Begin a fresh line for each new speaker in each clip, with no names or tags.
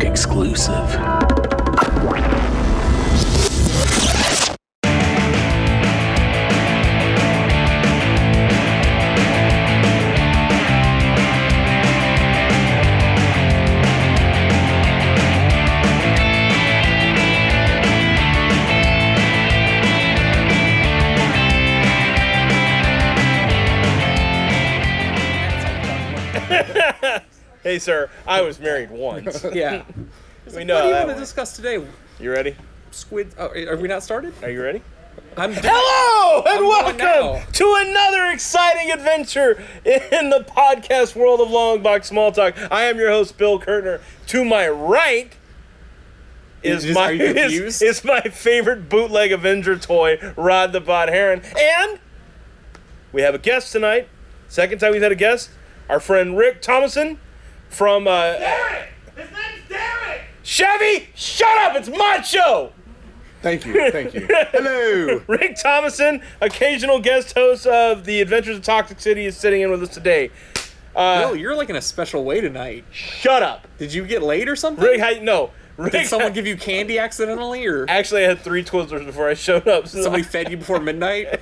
E
exclusive.
Hey, sir, I was married once.
Yeah.
We know
what do you
that
want to
one.
discuss today?
You ready?
Squid. Oh, are we not started?
Are you ready?
I'm doing
Hello and
I'm going
welcome
now.
to another exciting adventure in the podcast world of Long Box Small Talk. I am your host, Bill Kurtner. To my right is
Is-
my
are you
is,
confused?
is my favorite bootleg Avenger toy, Rod the Bot Heron, and we have a guest tonight. Second time we've had a guest, our friend Rick Thomason from uh,
His name's Derek!
Chevy. Shut up! It's my show.
Thank you, thank you. Hello.
Rick Thomason, occasional guest host of The Adventures of Toxic City, is sitting in with us today. Uh,
Bill, you're like in a special way tonight.
Shut up,
Did you get late or something?
Rick. How you no, Rick?
Did someone give you candy accidentally, or
Actually, I had three Twizzlers before I showed up. So
somebody fed you before midnight?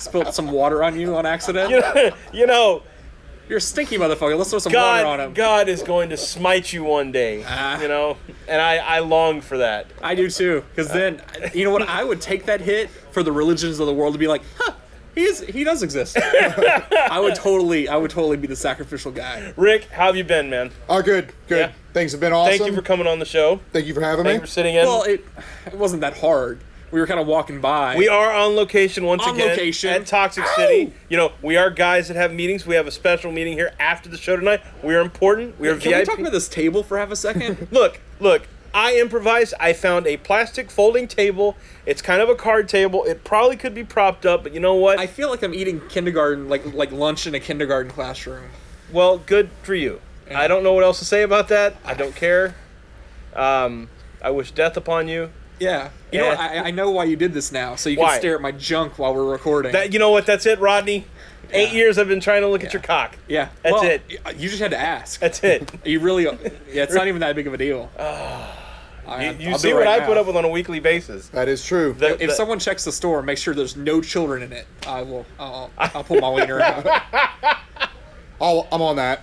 Spilled some water on you on accident?
you know,
You're a stinky motherfucker. Let's throw some water on him.
God, God is going to smite you one day.
Ah.
You know, and I, I long for that.
I do too. Because then, you know what? I would take that hit for the religions of the world to be like, huh, he is, he does exist. I would totally, I would totally be the sacrificial guy.
Rick, how have you been, man?
Oh, good, good.
Yeah.
Things have been awesome.
Thank you for coming on the show.
Thank you for having
Thank you
me.
for sitting in.
Well, it, it wasn't that hard. We were kind of walking by.
We are on location once
On
again
location.
at Toxic City. You know, we are guys that have meetings. We have a special meeting here after the show tonight. We are important. We are
Can we
VIP.
talk about this table for half a second?
Look, look. I improvised. I found a plastic folding table. It's kind of a card table. It probably could be propped up, but you know what?
I feel like I'm eating kindergarten, like like lunch in a kindergarten classroom.
well, good for you. I don't know what else to say about that. I don't care. Um, I wish death upon you.
Yeah. You know
Yeah.
what? I, I know why you did this now, so you
Why?
can stare at my junk while we're recording.
That you know what? That's it, Rodney. Eight
Yeah.
years I've been trying to look at your cock.
yeah.
That's
Well,
it.
y- You just had to ask.
That's it.
You really? Yeah. It's not even that big of a deal. I-
You,
I'll
you
do
see
it
what
right
I put
now.
up with on a weekly basis.
That is true.
The-
If
the-
someone checks the store, make sure there's no children in it. I will. I'll, I'll pull my wiener out.
I'll, I'm on that.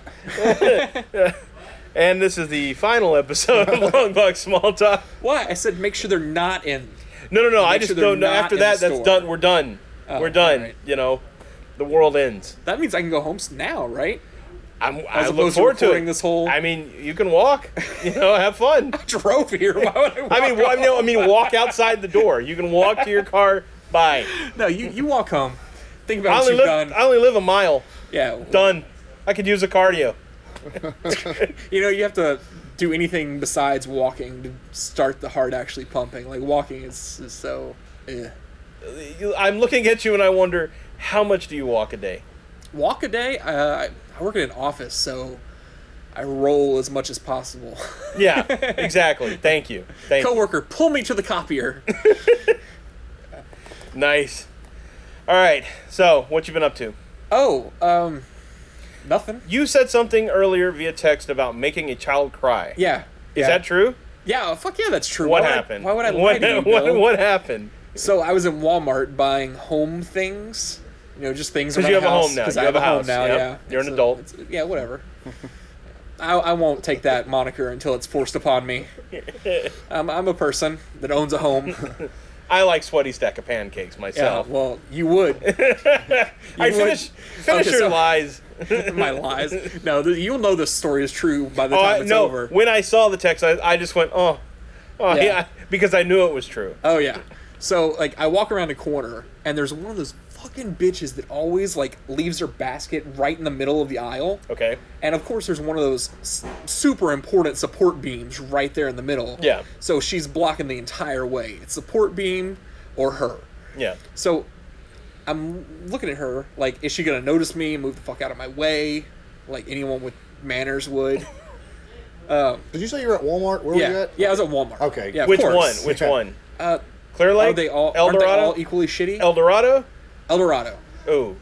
and this is the final episode of Long Box Small Talk.
Why? I said make sure they're not in.
No, no, no. I just
sure they're
don't know.
not
After
in the
that, that's
store. Oh,
done. We're done. We're done.
alright.
You know, the world ends.
That means I can go home s- now, right?
I'm, I look
opposed to
forward to, it.
recording this whole-
I mean, you can walk. You know, have fun.
Drove here. Why would I? Walk
I mean, wa- I mean, no, I mean, walk outside the door. You can walk to your car. Bye.
no. You you walk home. Think
I
about what
only
you've
live.
done.
I only live a mile.
yeah.
Done. I could use a cardio.
You know, you have to do anything besides walking to start the heart actually pumping. Like walking is, is so. Eh.
You- I'm looking at you and I wonder how much do you walk a day?
Walk a day. Uh, I- I work in an office, so I roll as much as possible.
Yeah, exactly. Thank you. Thank you.
Coworker, pull me to the copier.
Nice. All right. So, what you been up to?
oh, um, nothing.
You said something earlier via text about making a child cry.
Yeah.
Is that true?
Yeah. Fuck yeah, that's true.
What
Why would I-
happened?
why would I
what,
lie to you,
what,
Bill?
what happened?
So I was in Walmart buying home things. You know, just things.
Because
around
you have
the
a
house,
home now.
'cause
You
I
have
have,
a
home
house,
now.
yep.
Yeah,
You're an
It's a-
adult.
it's- yeah, whatever. I, I won't take that moniker until it's forced upon me. I'm, I'm a person that owns a home.
I like sweaty stack of pancakes
Yeah,
myself.
well, you would.
I
you would-
finish finish
Okay,
your
so-
lies.
My lies. No, th- you'll know this story is true by the
Oh,
time
I-
it's
no.
over.
When I saw the text, I, I just went, oh, oh yeah.
Yeah.
because I knew it was true.
Oh yeah. So like I walk around a corner and there's one of those fucking bitches that always like leaves her basket right in the middle of the aisle.
Okay.
And of course there's one of those s- super important support beams right there in the middle.
Yeah.
So she's blocking the entire way. It's support beam or her.
Yeah.
So I'm looking at her like is she going to notice me and move the fuck out of my way like anyone with manners would?
Did you say you were at Walmart? Where were you
yeah.
at?
Yeah, I was at Walmart.
Oh, Okay.
Yeah, of
Which
course.
one? Which one? Uh, Clear Lake.
Are they all
El
aren't they
Dorado.
all equally shitty?
El Dorado.
El Dorado.
Ooh.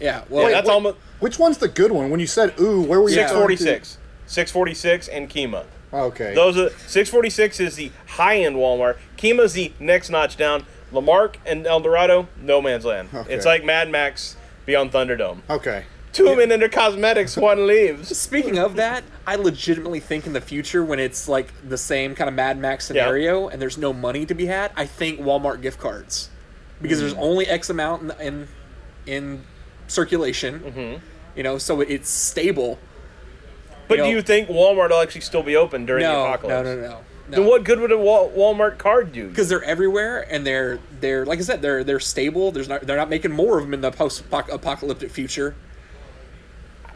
Yeah. Well,
yeah, that's
wait.
almost
Which one's the good one? When you said ooh, where were you?
Yeah.
referring to?
646. 646 and Kima.
Okay.
Those are 646 is the high end Walmart. Kima's the next notch down. Lamarck and El Dorado, no man's land.
Okay.
It's like Mad Max beyond Thunderdome.
okay.
Two men in their cosmetics, one leaves.
Speaking of that, I legitimately think in the future when it's like the same kind of Mad Max scenario and there's no money to be had, I think Walmart gift cards because
Mm.
there's only X amount in in, in circulation.
Mm-hmm.
You know, so it- it's stable.
But
You
do
know-
you think Walmart will actually still be open during the
No, no,
apocalypse?
no, no, no.
Then what good would a Wal- Walmart card do?
Because they're everywhere and they're they're like I said they're they're stable. There's not they're not making more of them in the post apocalyptic future.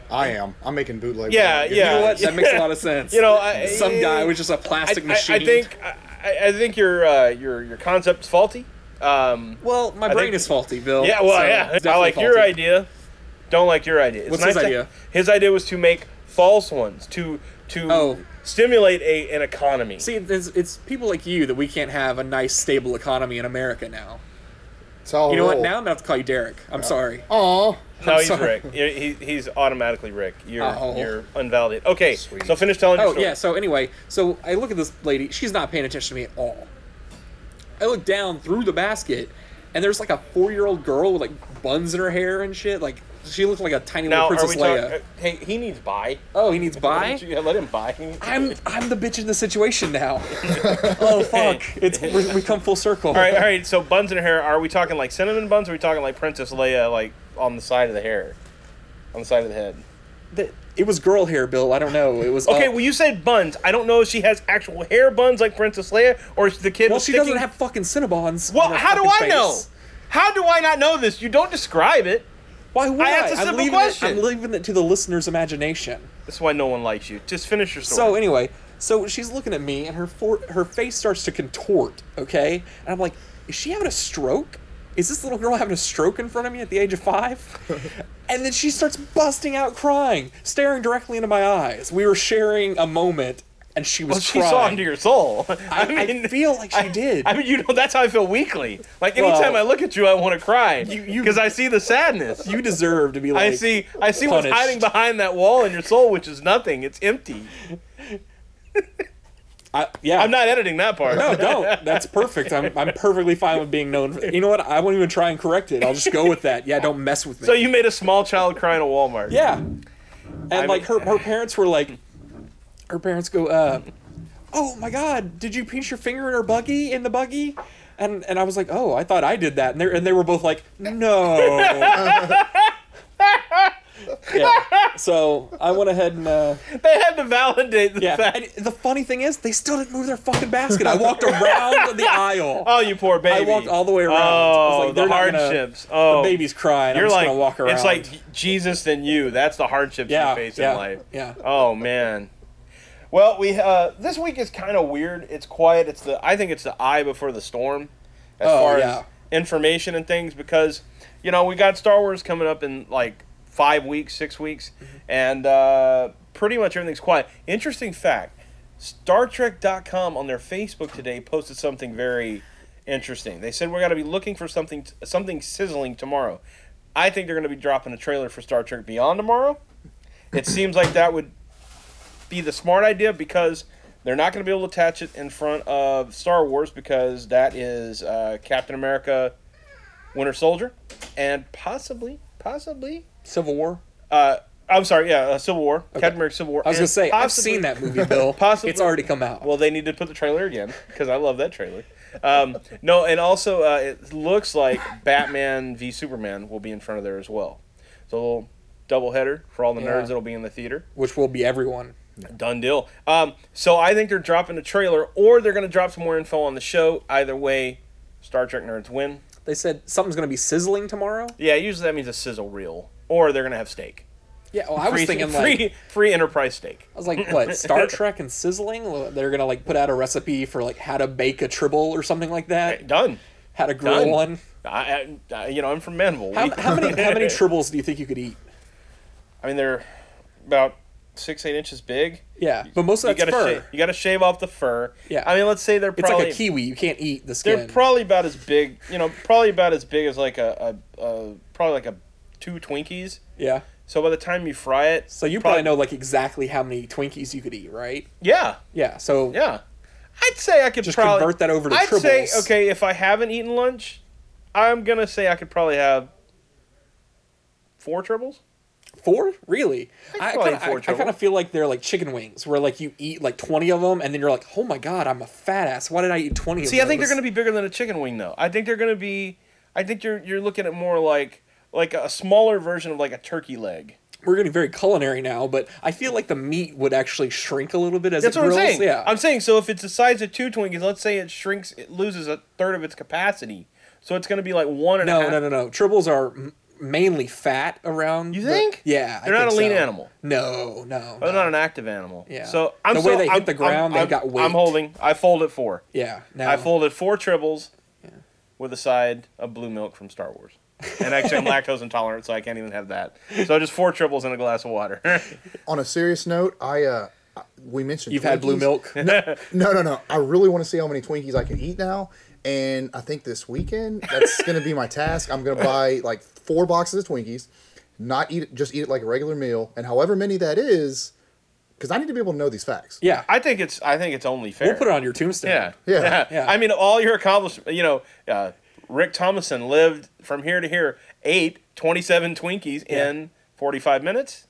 I am. I'm making bootleg.
Yeah,
If
yeah.
You know what? That makes a lot of sense.
You know, I-
some guy with just a plastic
I, I,
machine.
I think I, I- I think your uh, your your concept's faulty. Um,
Well, my
I
brain
think-
is faulty, Bill.
Yeah, well,
so
yeah.
it's
I like
definitely
your
faulty.
idea. Don't like your idea. It's
What's his
to-
idea?
his idea was to make false ones to to
Oh.
stimulate a an economy.
See, it's, it's people like you that we can't have a nice, stable economy in America now.
It's all
You know what? Now I'm gonna have to call you Derek. I'm sorry.
Oh.
no,
I'm
he's
sorry.
Rick. You're- He, he's automatically Rick. You're
Oh.
you're unvalidated. Okay,
Sweet.
so finish telling your
Oh
story.
yeah. So anyway, so I look at this lady. She's not paying attention to me at all. I look down through the basket, and there's like a four-year-old girl with like buns in her hair and shit. Like she looked like a tiny
Now
little
are we
Princess Leia.
talking? uh, Hey, he needs buy.
oh, he needs
Why
buy.
don't you- yeah, let him buy.
I'm I'm the bitch in the situation now. oh fuck! It's we we come full circle.
All right, all right. So buns and hair. Are we talking like cinnamon buns? Or are we talking like Princess Leia, like on the side of the hair, on the side of the head?
Th- It was girl hair, Bill. I don't know. It was
Okay,
up.
well you said buns. I don't know if she has actual hair buns like Princess Leia, or if the kid.
Well,
was
she
sticking-
doesn't have fucking Cinnabons.
Well,
on her
how do I
fucking
know?
face.
How do I not know this? You don't describe it.
Why would
I
I?
asked a
I'm
simple
leaving
question.
It, I'm leaving it to the listener's imagination.
That's why no one likes you. Just finish your
So
story.
anyway, so she's looking at me, and her for, her face starts to contort. Okay, and I'm like, is she having a stroke? Is this little girl having a stroke in front of me at the age of five? and then she starts busting out crying, staring directly into my eyes. We were sharing a moment, and she was
well, she
crying.
saw into your soul.
I, I feel like she
I-
did.
I mean, you know, that's how I feel weekly. Like anytime
Well-
I look at you, I want to cry
you-
because I see the sadness.
you deserve to be like.
I see. I see what's
punished.
hiding behind that wall in your soul, which is nothing. It's empty.
I, yeah,
I'm not editing that part.
No, don't. That's perfect. I'm, I'm perfectly fine with being known. For, you know what? I won't even try and correct it. I'll just go with that. Yeah, don't mess with me.
So you made a small child cry in a Walmart.
yeah. And like her, her parents were like, her parents go, uh, oh my god, did you pinch your finger in her buggy in the buggy? And and I was like, oh, I thought I did that. And they and they were both like, no. yeah. So I went ahead and. Uh,
They had to validate the
yeah,
fact.
and the funny thing is, they still didn't move their fucking basket. I walked around the aisle.
Oh, you poor baby.
I walked all the way around. I
Oh,
was like,
the
they're not gonna-
hardships. oh,
the baby's crying.
You're
I'm just
like
gonna walk around.
it's like Jesus than you. That's the hardships
yeah,
you face
yeah,
in life.
yeah.
Oh man. Well, we uh, this week is kind of weird. It's quiet. It's the I think it's the eye before the storm, as
Oh,
far
yeah.
as information and things because you know we got Star Wars coming up in like five weeks, six weeks,
Mm-hmm.
and uh, pretty much everything's quiet. Interesting fact: Star Trek.com on their Facebook today posted something very interesting. They said we're going to be looking for something something sizzling tomorrow. I think they're going to be dropping a trailer for Star Trek Beyond tomorrow. It seems like that would be the smart idea because they're not going to be able to attach it in front of Star Wars because that is uh, Captain America, Winter Soldier, and possibly, possibly,
Civil War.
uh, I'm sorry, yeah, uh, Civil War, Captain America, Civil War.
I was
and
gonna say I've
possibly-
seen that movie, Bill.
Possibly-
it's already come out.
Well, they need to put the trailer again because I love that trailer. Um, no, and also uh, it looks like Batman v Superman will be in front of there as well. So a little double header for all the
Yeah.
nerds that'll be in the theater.
which will be everyone.
Done deal. Um, so I think they're dropping a trailer, or they're going to drop some more info on the show. Either way, Star Trek nerds win.
They said something's gonna be sizzling tomorrow.
Yeah, usually that means a sizzle reel, or they're going to have steak.
Yeah, well, I was
free,
thinking like
free, free enterprise steak.
I was like, what Star Trek and sizzling? Well, They're gonna like put out a recipe for like how to bake a tribble or something like that.
Done.
How to grill
Done.
one.
I, I, I- you know, I'm from Manville.
How,
We-
how many how many tribbles do you think you could eat?
I mean, they're about six, eight inches big.
Yeah, but most
You
of that's
gotta,
fur.
shave, you gotta shave off the fur.
Yeah.
I mean, let's say they're
it's
probably
like a kiwi. You can't eat the skin.
they're probably about as big. You know, probably about as big as like a, a, a probably like a two Twinkies.
yeah.
So by the time you fry it,
So you probably know like exactly how many Twinkies you could eat, right?
Yeah,
Yeah. So
yeah. I'd say I could
Just
probably,
convert that over to
I'd say
tribbles.
okay if I haven't eaten lunch, I'm gonna say I could probably have four tribbles.
four, really? I
probably
kind of
four
I,
total.
kind of feel like they're like chicken wings, where like you eat like twenty of them, and then you're like, oh my god, I'm a fat ass. Why did I eat twenty?
See, I think they're going to be bigger than a chicken wing, though. I think they're going to be. I think you're you're looking at more like like a smaller version of like a turkey leg.
We're getting very culinary now, but I feel like the meat would actually shrink a little bit as
That's
it
what I'm
grills.
saying.
Yeah.
I'm saying so if it's the size of two Twinkies, let's say it shrinks, it loses a third of its capacity, so it's going to be like one and a half.
no, no, no, no. Tribbles are m- mainly fat around.
You
the-
think?
yeah. I
They're not
think
a lean
so.
animal.
No, no.
They're
no.
Oh, not an active animal.
Yeah.
So I'm
The way
so-
they hit
I'm-
the ground,
I'm,
they've got Oh.
I'm-
weight.
I'm holding. I folded four.
Yeah. No.
I folded four tribbles with a side of blue milk from Star Wars. And actually, I'm lactose intolerant, so I can't even have that. So just four tribbles and a glass of water.
On a serious note, I uh, I- we mentioned
You've had blue
Twinkies.
milk.
No, no, no. I really want to see how many Twinkies I can eat now. And I think this weekend, that's going to be my task. I'm going to buy like four boxes of Twinkies, not eat it, just eat it like a regular meal. And however many that is, because I need to be able to know these facts.
Yeah.
I think it's I think it's only fair.
we'll put it on your tombstone.
Yeah.
Yeah.
Yeah.
I mean, all your accomplishments. You know, uh, Rick Thomason lived from here to here, ate 27 Twinkies in 45 minutes.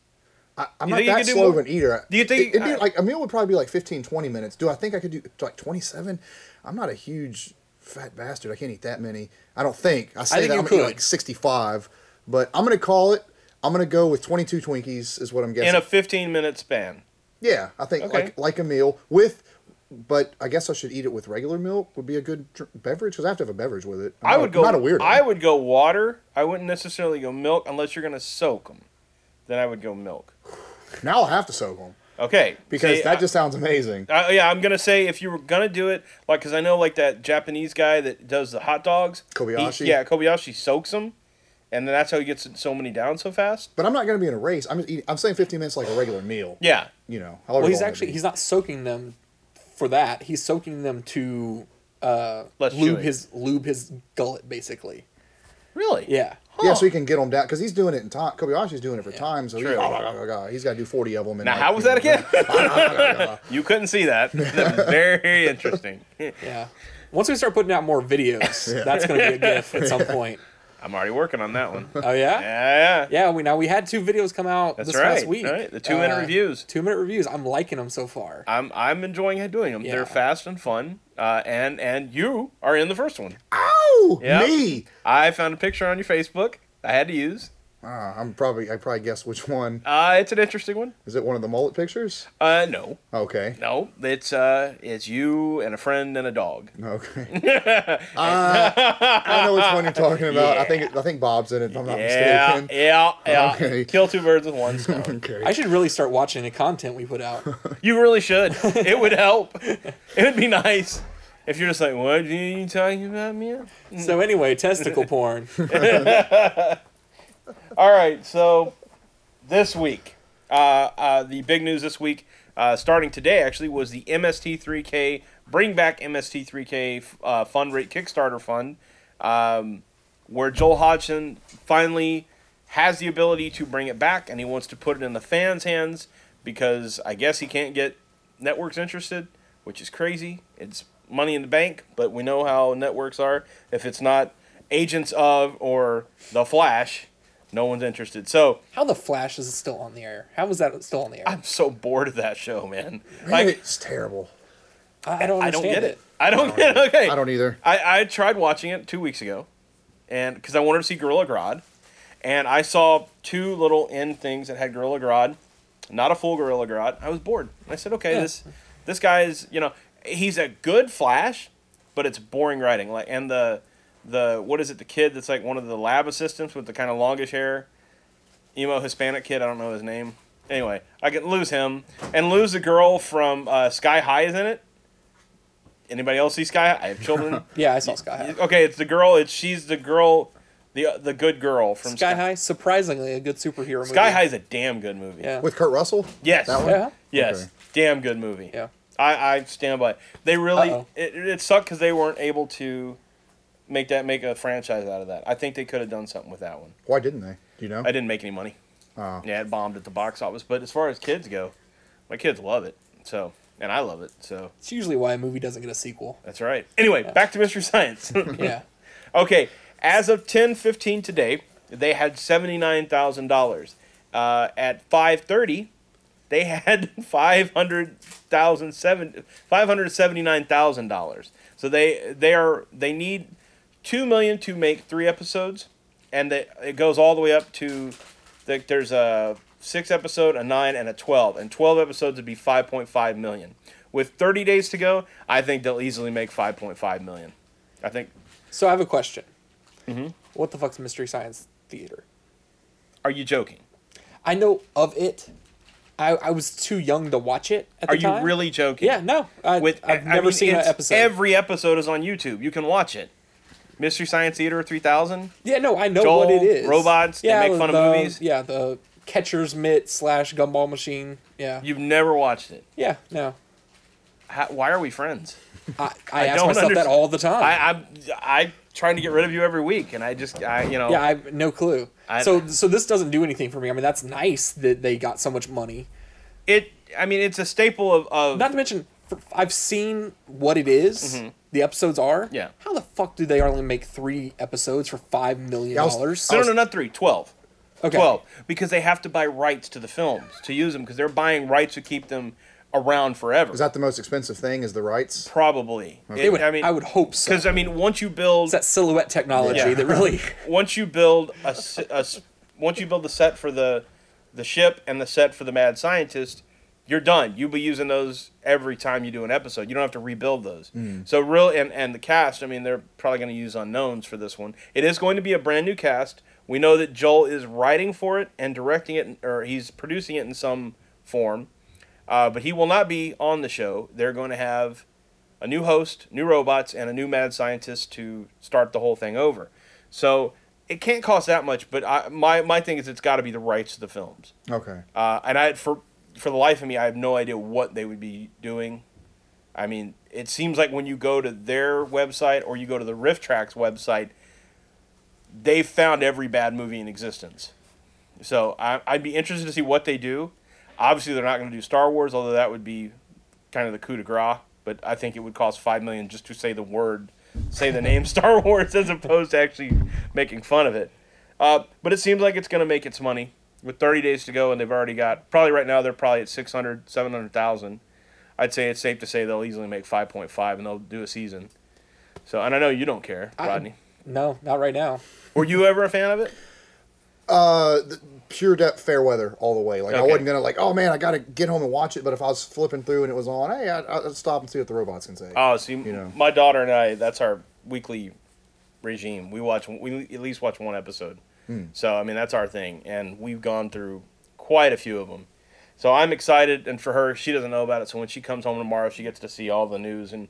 I, I'm
You
not
think you
that
could do
slow of
more?
an eater.
Do you think-
It, would be
I-
like a meal would probably be like 15, 20 minutes. Do I think I could do like 27? I'm not a huge fat bastard. I can't eat that many. I don't think. I say
think
that
you
I'm gonna eat
could.
like 65, but I'm going to call it. I'm going to go with 22 Twinkies is what I'm guessing.
In a 15 minute span.
Yeah, I think
Okay.
like like a meal with, but I guess I should eat it with regular milk would be a good dr- beverage because I have to have a beverage with it. I'm
I
not-
would go.
not a weirdo.
I would go water. I wouldn't necessarily go milk unless you're going to soak them. Then I would go milk.
now I'll have to soak them
Okay.
because
See,
that
I-
just sounds amazing.
I, yeah, I'm gonna say if you were gonna do it, like, cause I know like that Japanese guy that does the hot dogs. he-
Kobayashi?
yeah, Kobayashi soaks them, and then that's how he gets so many down so fast.
but I'm not going to be in a race. I'm just eating. I'm saying 15 minutes like a regular meal.
Yeah,
you know.
Well, he's actually he's not soaking them for that. He's soaking them to uh,
Less
lube
chewy.
his lube his gullet basically.
really.
Yeah.
yeah, so he can get them down because he's doing it in time. Kobayashi's doing it for time, so he,
Oh. True.
has got to do 40 of them.
Now, how was that again? you couldn't see that. That was very interesting.
Yeah. Once we start putting out more videos, that's gonna be a gif at some point.
I'm already working on that one.
Oh
Yeah,
yeah.
yeah.
Yeah. We now we had two videos come out
That's
this
right.
past week.
right. The two minute reviews.
Two minute reviews. I'm liking them so far.
I'm I'm enjoying doing them.
Yeah.
They're fast and fun. Uh, and and you are in the first one.
Ow!
Yeah.
Me!
I found a picture on your Facebook. I had to use.
Uh, I'm probably I probably guess which one
Uh, it's an interesting one.
is it? One of the mullet pictures?
Uh, no,
Okay.
no, it's uh, it's you and a friend and a dog.
Okay. Uh, I know which one you're talking about. I think I think Bob's in it. If I'm not
Yeah,
mistaken.
yeah, yeah.
Okay.
Kill two birds with one stone.
Okay.
I should really start watching the content we put out.
You really should. It would help. It would be nice if you're just like, what are you talking about, man?
so anyway, testicle porn.
All right, so this week, uh, uh, the big news this week, uh, starting today actually, was the MST3K Bring Back MST3K uh, Fund Rate Kickstarter Fund, um, where Joel Hodgson finally has the ability to bring it back, and he wants to put it in the fans' hands because I guess he can't get networks interested, which is crazy. It's money in the bank, but we know how networks are. If it's not agents of or the Flash, no one's interested. So
How the Flash is still on the air? How was that still on the air?
I'm so bored of that show, man.
Man,
Like
it's terrible.
I, I don't. Understand
I don't get it. I don't get it. Okay.
I don't either.
I, I tried watching it two weeks ago, and because I wanted to see Gorilla Grodd, and I saw two little end things that had Gorilla Grodd, not a full Gorilla Grodd. I was bored. I said, okay,
Yeah.
this this guy is you know he's a good Flash, but it's boring writing. Like and the the what is it the kid that's like one of the lab assistants with the kind of longish hair, emo Hispanic kid. I don't know his name. Anyway, I could lose him and lose the girl from uh, Sky High is in it. Anybody else see Sky High? I have children.
Yeah, I saw Sky High.
Okay, it's the girl. It's she's the girl, the uh, the good girl from
Sky High, surprisingly, a good superhero movie.
Sky High is a damn good movie.
Yeah.
With Kurt Russell?
Yes.
That one?
yeah.
Yes.
Okay.
Damn good movie.
Yeah.
I, I stand by. It. They really
Uh-oh.
it, it sucked because they weren't able to make that make a franchise out of that. I think they could have done something with that one.
Why didn't they? Do you know?
I didn't make any money. Yeah, it bombed at the box office. But as far as kids go, my kids love it. So, and I love it. So
It's usually why a movie doesn't get a sequel.
that's right. Anyway, back to Mystery Science.
Yeah.
okay, as of ten fifteen today, they had seventy nine thousand dollars. uh, dollars. At five thirty, they had five hundred thousand seven five hundred seventy nine thousand dollars. So they they are they need two million to make three episodes, and they, it goes all the way up to the, there's a six episode, a nine, and a twelve, and twelve episodes would be five point five million. With thirty days to go, I think they'll easily make five point five million. I think.
So I have a question.
Mm-hmm.
What the fuck's Mystery Science Theater?
Are you joking?
I know of it. I, I was too young to watch it at
Are
the
you
time.
really joking?
Yeah, no. I,
With
I've
I
never
mean,
seen an
it's-
episode.
Every episode is on YouTube. You can watch it. Mystery Science Theater three thousand.
yeah, no, I know
Joel,
what it is.
robots, they make
the-
fun of
the-
movies.
Yeah, the catcher's mitt slash gumball machine. Yeah.
You've never watched it.
yeah, no.
How, why are we friends?
I, I, ask
don't
myself that
underst-
all the time.
I I'm I trying to get rid of you every week, and I just I you know
yeah, I have no clue.
I-
so so this doesn't do anything for me. I mean, that's nice that they got so much money.
it. I mean, it's a staple of of
Not to mention, f- I've seen what it is, The episodes are.
Mm-hmm. Yeah.
How the fuck do they only make three episodes for five million
Yeah, I was-
dollars?
no no no not three twelve.
Okay.
12 because they have to buy rights to the films to use them because they're buying rights to keep them around forever
Is that the most expensive thing? Is the rights?
probably
They would, I,
mean
would hope so.
because i mean once you build
It's that silhouette technology
Yeah.
that really.
once you build a, s- a s- once you build the set for the the ship and the set for the mad scientist you're done you'll be using those every time you do an episode you don't have to rebuild those so real and and the cast i mean they're probably going to use unknowns for this one it is going to be a brand new cast we know that joel is writing for it and directing it or he's producing it in some form uh, but he will not be on the show they're going to have a new host, new robots, and a new mad scientist to start the whole thing over. So it can't cost that much, but I, my my thing is it's got to be the rights to the films.
Okay.
Uh, and I for for the life of me, I have no idea what they would be doing. I mean, it seems like when you go to their website or you go to the Rift Tracks website, they've found every bad movie in existence. So I, I'd be interested to see what they do. Obviously, they're not going to do Star Wars, although that would be kind of the coup de grace. But I think it would cost five million just to say the word, say the name Star Wars, as opposed to actually making fun of it. Uh, but it seems like it's going to make its money with 30 days to go, and they've already got probably right now they're probably at 600, 700,000. I'd say it's safe to say they'll easily make 5.5 and they'll do a season. So, and I know you don't care,
I-
Rodney.
No, not right now.
Were you ever a fan of it?
Uh, Pure depth, fair weather, all the way. Like I
Okay.
wasn't gonna like, oh man, I gotta get home and watch it. But if I was flipping through and it was on, hey, I'd, I'd stop and see what the robots can say.
Oh, see,
You know.
my daughter and I—that's our weekly regime. We watch, we at least watch one episode.
Hmm.
So I mean, that's our thing, and we've gone through quite a few of them. So I'm excited, and for her, she doesn't know about it. So when she comes home tomorrow, she gets to see all the news, and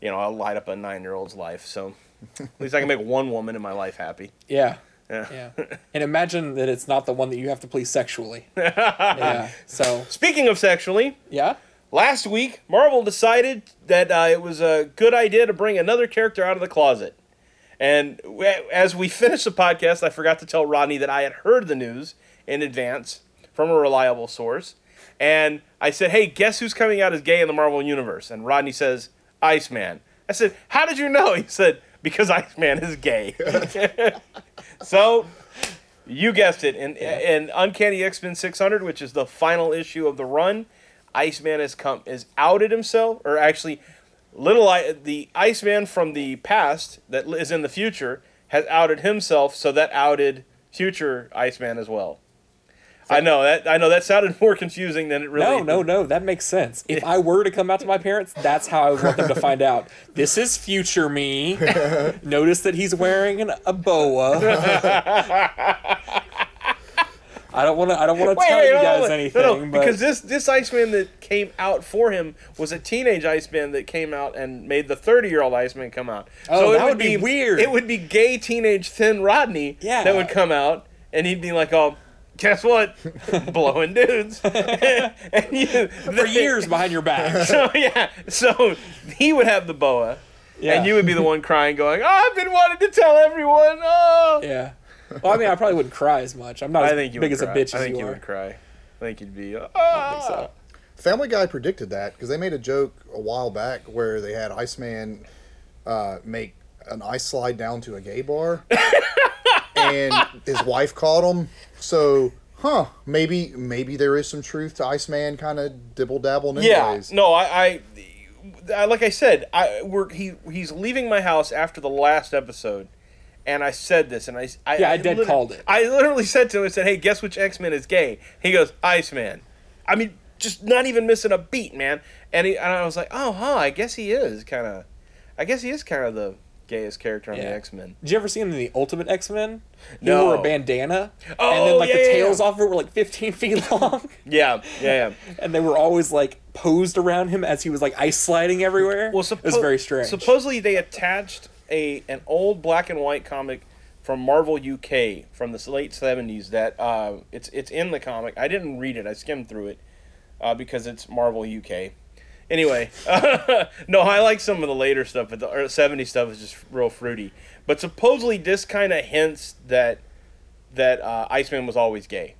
you know, I'll light up a nine-year-old's life. So at least I can make one woman in my life happy.
Yeah.
Yeah.
Yeah. and imagine that it's not the one that you have to please sexually. yeah. So,
Speaking of sexually,
yeah.
last week Marvel decided that uh, it was a good idea to bring another character out of the closet. And we- as we finished the podcast, I forgot to tell Rodney that I had heard the news in advance from a reliable source. And I said, hey, guess who's coming out as gay in the Marvel Universe? And Rodney says, Iceman. I said, how did you know? He said, because Iceman is gay. so you guessed it. And, and Uncanny X Men 600, which is the final issue of the run, Iceman has come is outed himself, or actually, little I, the Iceman from the past that li- is in the future has outed himself, so that outed future Iceman as well. I know that I know that sounded more confusing than it really.
No, no, no. That makes sense. If I were to come out to my parents, that's how I would want them to find out. This is future me. Notice that he's wearing an, a boa. I don't want to. I don't want to
Wait,
tell
wait,
you
hold on,
guys
wait.
anything.
No, no,
but
because this this Iceman that came out for him was a teenage Iceman that came out and made the thirty year old Iceman come out.
Oh, that would be weird.
It would be gay teenage thin Rodney
Yeah.
that would come out and he'd be like, "Oh, guess what? Blowing dudes." and you,
for years behind your back.
So yeah, so he would have the boa,
Yeah.
and you would be the one crying, going, oh, "I've been wanting to tell everyone." Oh,
Yeah. Well, I mean, I probably wouldn't cry as much. I'm not as
I think you
big
would
as
cry.
a bitch
I
as
think
you,
you,
are.
would cry. I think you'd be. "Oh,
I think so.
Family Guy predicted that because they made a joke a while back where they had Iceman uh, make an ice slide down to a gay bar, and his wife caught him. So, huh? Maybe maybe there is some truth to Iceman kind of dibble dabbling in
Yeah.
ways.
No, I, I, I, like I said, I we're, he he's leaving my house after the last episode, and I said this, and I, I
Yeah, I dead
liter-
called it.
I literally said to him, I said, "Hey, guess which X Men is gay?" He goes, "Iceman." I mean, just not even missing a beat, man. And he, and I was like, "Oh, huh? I guess he is kind of, I guess he is kind of the gayest character on
Yeah.
the X Men."
Did you ever see him in the Ultimate X Men?
No.
He wore a bandana, and
Oh,
then like
yeah,
the
yeah,
tails
yeah.
off of it were like 15 feet long,
Yeah, yeah, yeah.
and they were always like posed around him as he was like ice sliding everywhere.
Well,
it was
suppo-
very strange.
Supposedly, they attached a an old black and white comic from Marvel UK from the late seventies. That uh, it's it's in the comic. I didn't read it. I skimmed through it uh, because it's Marvel UK. Anyway, no, I like some of the later stuff, but the seventy stuff is just real fruity. But supposedly, this kind of hints that that uh, Iceman was always gay.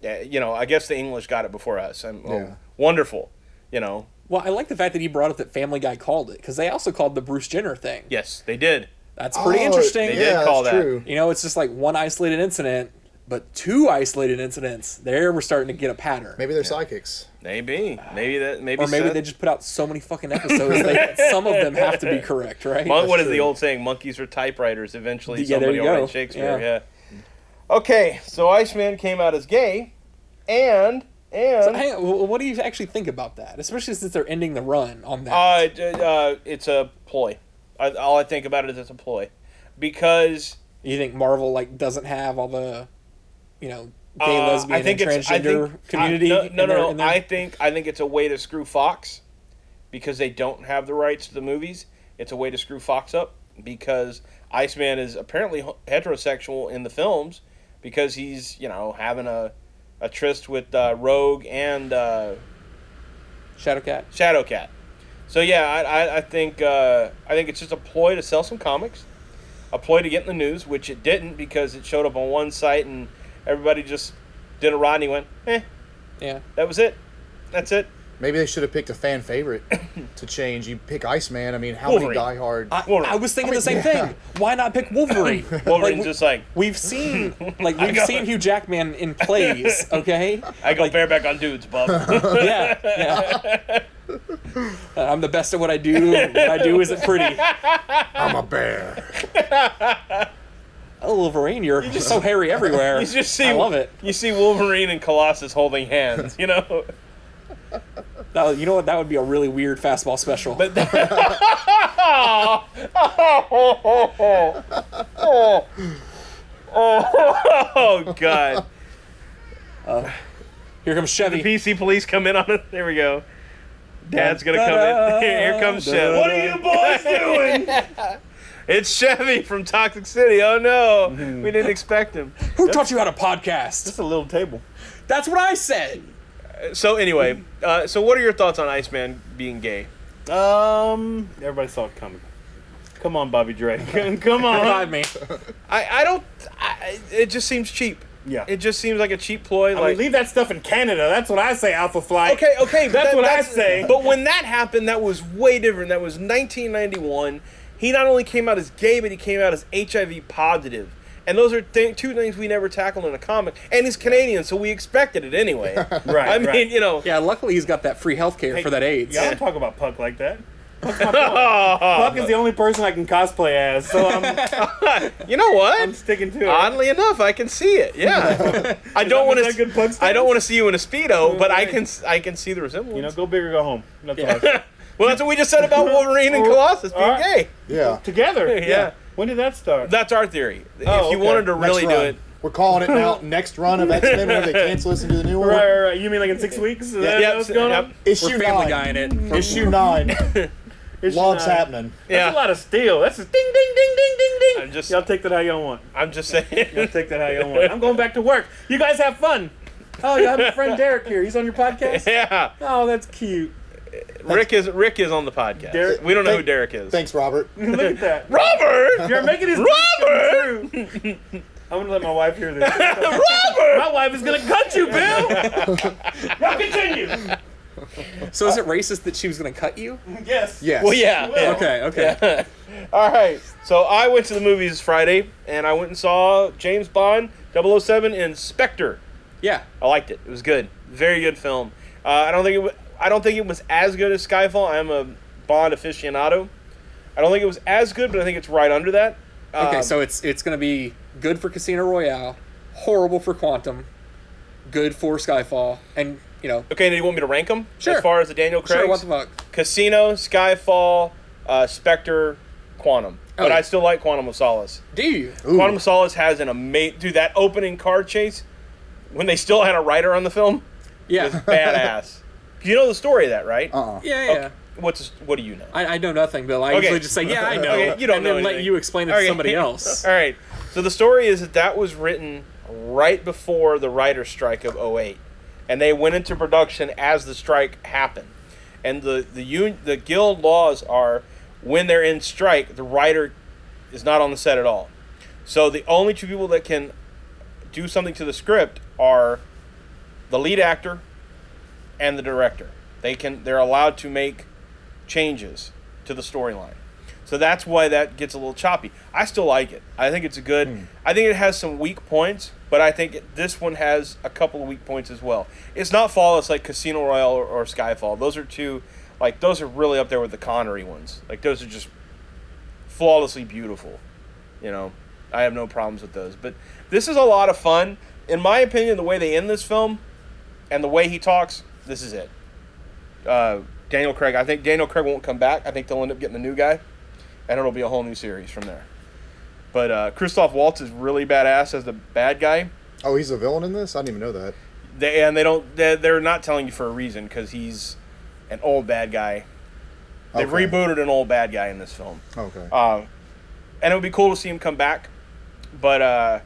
Yeah, you know, I guess the English got it before us. And, oh,
Yeah.
Wonderful, you know.
well, I like the fact that he brought up that Family Guy called it because they also called the Bruce Jenner thing.
Yes, they did.
That's pretty
Oh,
interesting.
They did
Yeah,
call
that's
that.
true.
You know, it's just like one isolated incident, but two isolated incidents. There, we're starting to get a pattern.
Maybe they're psychics.
Maybe, maybe that, maybe.
Ah. or maybe
Seth-
they just put out so many fucking episodes that some of them have to be correct, right?
Mon- what is the
true.
old saying? Monkeys are typewriters. Eventually,
Yeah, there
somebody
you
will
go.
write Shakespeare.
Yeah.
Yeah. Okay, so Iceman came out as gay, and and
So, hang on, wh- what do you actually think about that? Especially since they're ending the run on that.
Oh,
Uh, d- uh, it's a ploy. I, all I think about it is it's a ploy, because
you think Marvel like doesn't have all the, you know, gay,
uh,
lesbian,
I think
and
it's, I
transgender
think,
community?
I, no, no,
in their-
no.
in
no.
their-
I think I think it's a way to screw Fox, because they don't have the rights to the movies. It's a way to screw Fox up because Iceman is apparently h- heterosexual in the films because he's you know having a a tryst with uh, Rogue and uh,
Shadowcat.
Shadowcat. So yeah, I, I, I think uh, I think it's just a ploy to sell some comics, a ploy to get in the news, which it didn't because it showed up on one site and everybody just did a Rodney went, eh,
Yeah.
that was it, that's it.
Maybe they should have picked a fan favorite to change. You pick Iceman. I mean, how
Wolverine.
many diehard?
I,
Wolverine.
I was thinking the same
mean, yeah.
thing. Why not pick Wolverine?
Wolverine's
we-
just like
We've seen like
I
we've
got
seen
it.
Hugh Jackman in plays, okay?
I go bareback on dudes, bub.
yeah, yeah. Uh, I'm the best at what I do. What I do isn't pretty.
I'm a bear.
Oh, Wolverine, you're just so hairy everywhere.
you just see,
I love it.
You see Wolverine and Colossus holding hands, you know.
Now, you know what? That would be a really weird fastball special.
But oh, oh, oh, oh, god.
Here comes Chevy.
PC police come in on it. There we go. Dad's gonna come
Da-da,
in. Here, here comes Chevy.
da-da. What are
you boys doing? it's Chevy from Toxic City. Oh no, we didn't expect him.
Who taught you how to podcast?
It's a little table.
That's what I said.
So anyway, uh, so what are your thoughts on Iceman being gay?
Um, everybody saw it coming. Come on, Bobby Drake. Come
Revive
on.
me.
I, I don't. I, it just seems cheap.
Yeah.
It just seems like a cheap ploy.
I
like
mean, leave that stuff in Canada. That's what I say, Alpha Flight.
Okay, okay, but
That's what I say.
But when that happened, that was way different. That was 1991. He not only came out as gay, but he came out as HIV positive. And those are th- two things we never tackled in a comic. And he's Canadian, so we expected it anyway.
Right,
I mean,
right.
you know.
Yeah, luckily he's got that free healthcare for that AIDS.
Y'all don't talk about Puck like that. Puck's my boy. Puck is the only person I can cosplay as, so I'm,
You know
I'm
what?
sticking to it.
Oddly enough, I can see it. Yeah. I don't want
that good pug
to. I don't want to see you in a speedo, but I can. s- I can see the resemblance.
You know, go big or go home. That's what I say.
well, that's what we just said about Wolverine and
Or-
Colossus being
alright.
gay.
Yeah.
Together.
Yeah.
When did that start?
That's our theory.
Oh,
if you
okay.
wanted to really
Next
do
run.
it,
We're calling it now. Next run of X Men whenever they cancel us and do the new one.
right, right, right. You mean like in six weeks? Is that
Yep,
what's going
yep.
on?
Issue
We're
nine.
family guy in it.
Issue nine.
It's
Logs
not-
happening.
That's a lot of steel. That's a ding, ding, ding, ding, ding, ding.
I'm just-
Y'all take that how y'all want.
I'm just saying.
Y'all take that how y'all want. I'm going back to work. You guys have fun. Oh, you have your friend Derek here. He's on your podcast.
yeah,
Oh, that's cute.
Rick is Rick is on the podcast.
Derek-
we don't know who
thank-
Derek is.
Thanks, Robert.
Look at that.
Robert.
You're making his
Robert.
I'm gonna let my wife hear this. my wife is gonna cut you, Bill.
Now continue.
So is it racist that she was going to cut you?
yes.
Yes.
Well, yeah. yeah.
Okay. Okay.
All right. So I went to the movies Friday, and I went and saw James Bond 007 and Spectre.
Yeah.
I liked it. It was good. Very good film. Uh, I don't think it. W- I don't think it was as good as Skyfall. I'm a Bond aficionado. I don't think it was as good, but I think it's right under that.
Okay.
Um,
so it's it's going to be good for Casino Royale, horrible for Quantum, good for Skyfall, and you know,
okay. Now you want me to rank them
Sure.
as far as the Daniel Craig?
sure, what the fuck?
Casino, Skyfall, uh, Spectre, Quantum. But
Oh.
I still like Quantum of Solace.
Do you?
Quantum of Solace has an amazing. Dude, that opening car chase when they still had a writer on the film was
Yeah.
badass. you know the story of that, right?
Uh-uh.
Yeah. Yeah.
What's what do you know?
I, I know nothing, Bill. I
Okay.
usually just say, yeah, I know.
Okay, you don't
and
know
then let
anything.
you explain it to
Okay.
somebody else.
All right. So the story is that that was written right before the writer's strike of 08. And they went into production as the strike happened. And the the un, the guild laws are when they're in strike, the writer is not on the set at all. So the only two people that can do something to the script are the lead actor and the director. They can they're allowed to make changes to the storyline. So that's why that gets a little choppy. I still like it. I think it's a good. I think it has some weak points, but I think it, this one has a couple of weak points as well. It's not flawless like Casino Royale or, or Skyfall. Those are two, like those are really up there with the Connery ones. Like those are just flawlessly beautiful. You know, I have no problems with those. But this is a lot of fun, in my opinion. The way they end this film, and the way he talks, this is it. Uh, Daniel Craig. I think Daniel Craig won't come back. I think they'll end up getting a new guy, and it'll be a whole new series from there. But uh, Christoph Waltz is really badass as the bad guy.
Oh, he's a villain in this? I didn't even know that.
They and they don't. They're, they're not telling you for a reason because he's an old bad guy. They've
Okay.
rebooted an old bad guy in this film.
Okay.
Um, and it would be cool to see him come back, but uh,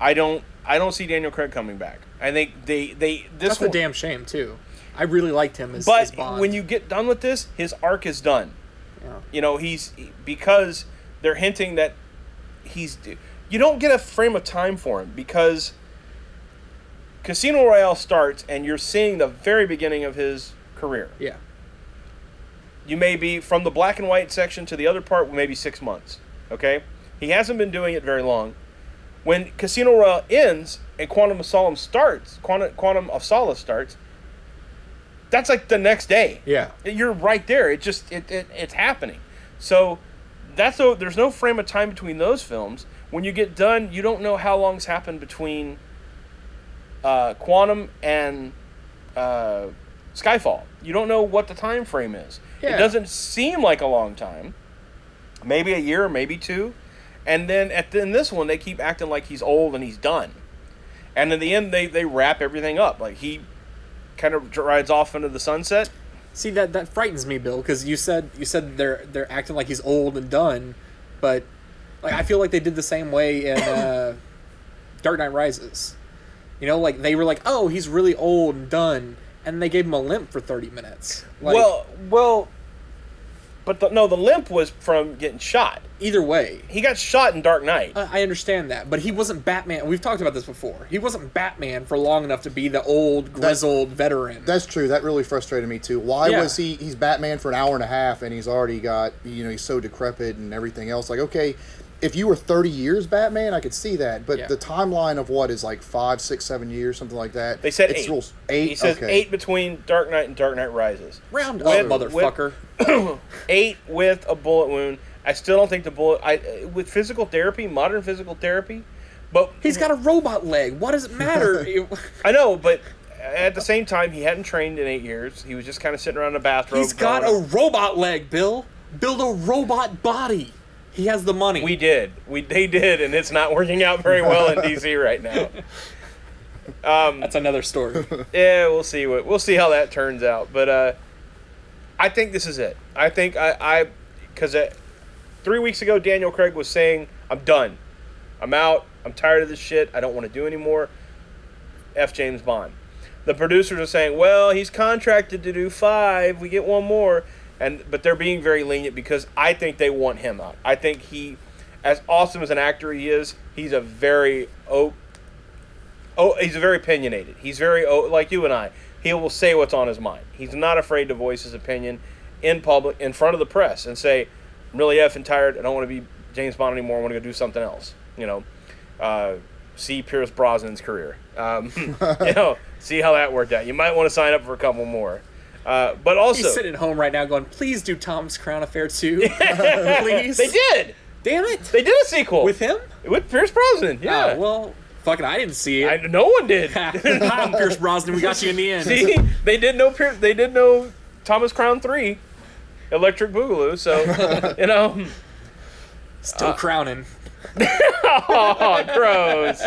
I don't. I don't see Daniel Craig coming back. I think they they this
That's a
one-
damn shame too. I really liked him as, as
But
Bond.
when you get done with this, his arc is done.
Yeah.
You know, he's because they're hinting that he's. You don't get a frame of time for him because Casino Royale starts and you're seeing the very beginning of his career.
yeah,
You may be from the black and white section to the other part, maybe six months. Okay? He hasn't been doing it very long. When Casino Royale ends and Quantum of Solace starts, Quantum, Quantum of Solace starts, that's like the next day
yeah.
you're right there. It just it, it it's happening. So that's a, there's no frame of time between those films. When you get done, you don't know how long's happened between uh, Quantum and uh, Skyfall. You don't know what the time frame is.
Yeah.
It doesn't seem like a long time. Maybe a year, maybe two. And then at the, in this one, they keep acting like he's old and he's done. And in the end, they, they wrap everything up. Like he kind of rides off into the sunset.
See that that frightens me, Bill, because you said you said they're they're acting like he's old and done, but like I feel like they did the same way in uh, Dark Knight Rises. You know, like they were like, oh, he's really old and done, and they gave him a limp for thirty minutes. Like,
well, well, but the, no, the limp was from getting shot.
either way,
He got shot in Dark Knight.
I I understand that, but he wasn't Batman. We've talked about this before. He wasn't Batman for long enough to be the old grizzled veteran.
That's true. That really frustrated me too. Why
Yeah.
was he? He's Batman for an hour and a half, and he's already got you know he's so decrepit and everything else. Like, okay, if you were thirty years Batman, I could see that. But
Yeah.
the timeline of what is like five, six, seven years, something like that.
They said
it's
eight.
rules eight.
He says
okay.
eight between Dark Knight and Dark Knight Rises.
Round up,
With-
motherfucker.
Eight with a bullet wound. I still don't think the bullet. I with physical therapy, modern physical therapy, but
He's got a robot leg. What does it matter? It-
I know, but at the same time, he hadn't trained in eight years. He was just kind of sitting around in a bathrobe.
He's got a
drawing.
robot leg, Bill. Build a robot body. He has the money.
We did. We they did, and it's not working out very well in DC right now.
That's another story.
yeah, we'll see what we'll see how that turns out. But uh, I think this is it. I think I I because three weeks ago Daniel Craig was saying I'm done, I'm out, I'm tired of this shit. I don't want to do anymore. F James Bond. The producers are saying, well, he's contracted to do five. We get one more, and but they're being very lenient because I think they want him out. I think he. as awesome as an actor he is, he's a very oh, oh he's very opinionated. He's very oh, like you and I. He will say what's on his mind. He's not afraid to voice his opinion in public, in front of the press, and say, "I'm really effing tired. I don't want to be James Bond anymore. I want to go do something else." You know, uh, see Pierce Brosnan's career. Um, you know, see how that worked out. You might want to sign up for a couple more. Uh, but also,
He's sitting at home right now going, please do Tom's Crown Affair too. please.
they did.
Damn it.
They did a sequel
With him?
with Pierce Brosnan. Yeah.
Oh, well, fucking, I didn't see
I,
it.
no one did.
Tom Pierce Brosnan, we got you in the end.
See, they did know Pier- they did know Thomas Crown three, Electric Boogaloo. So you know,
Still
Uh,
crowning.
oh, gross,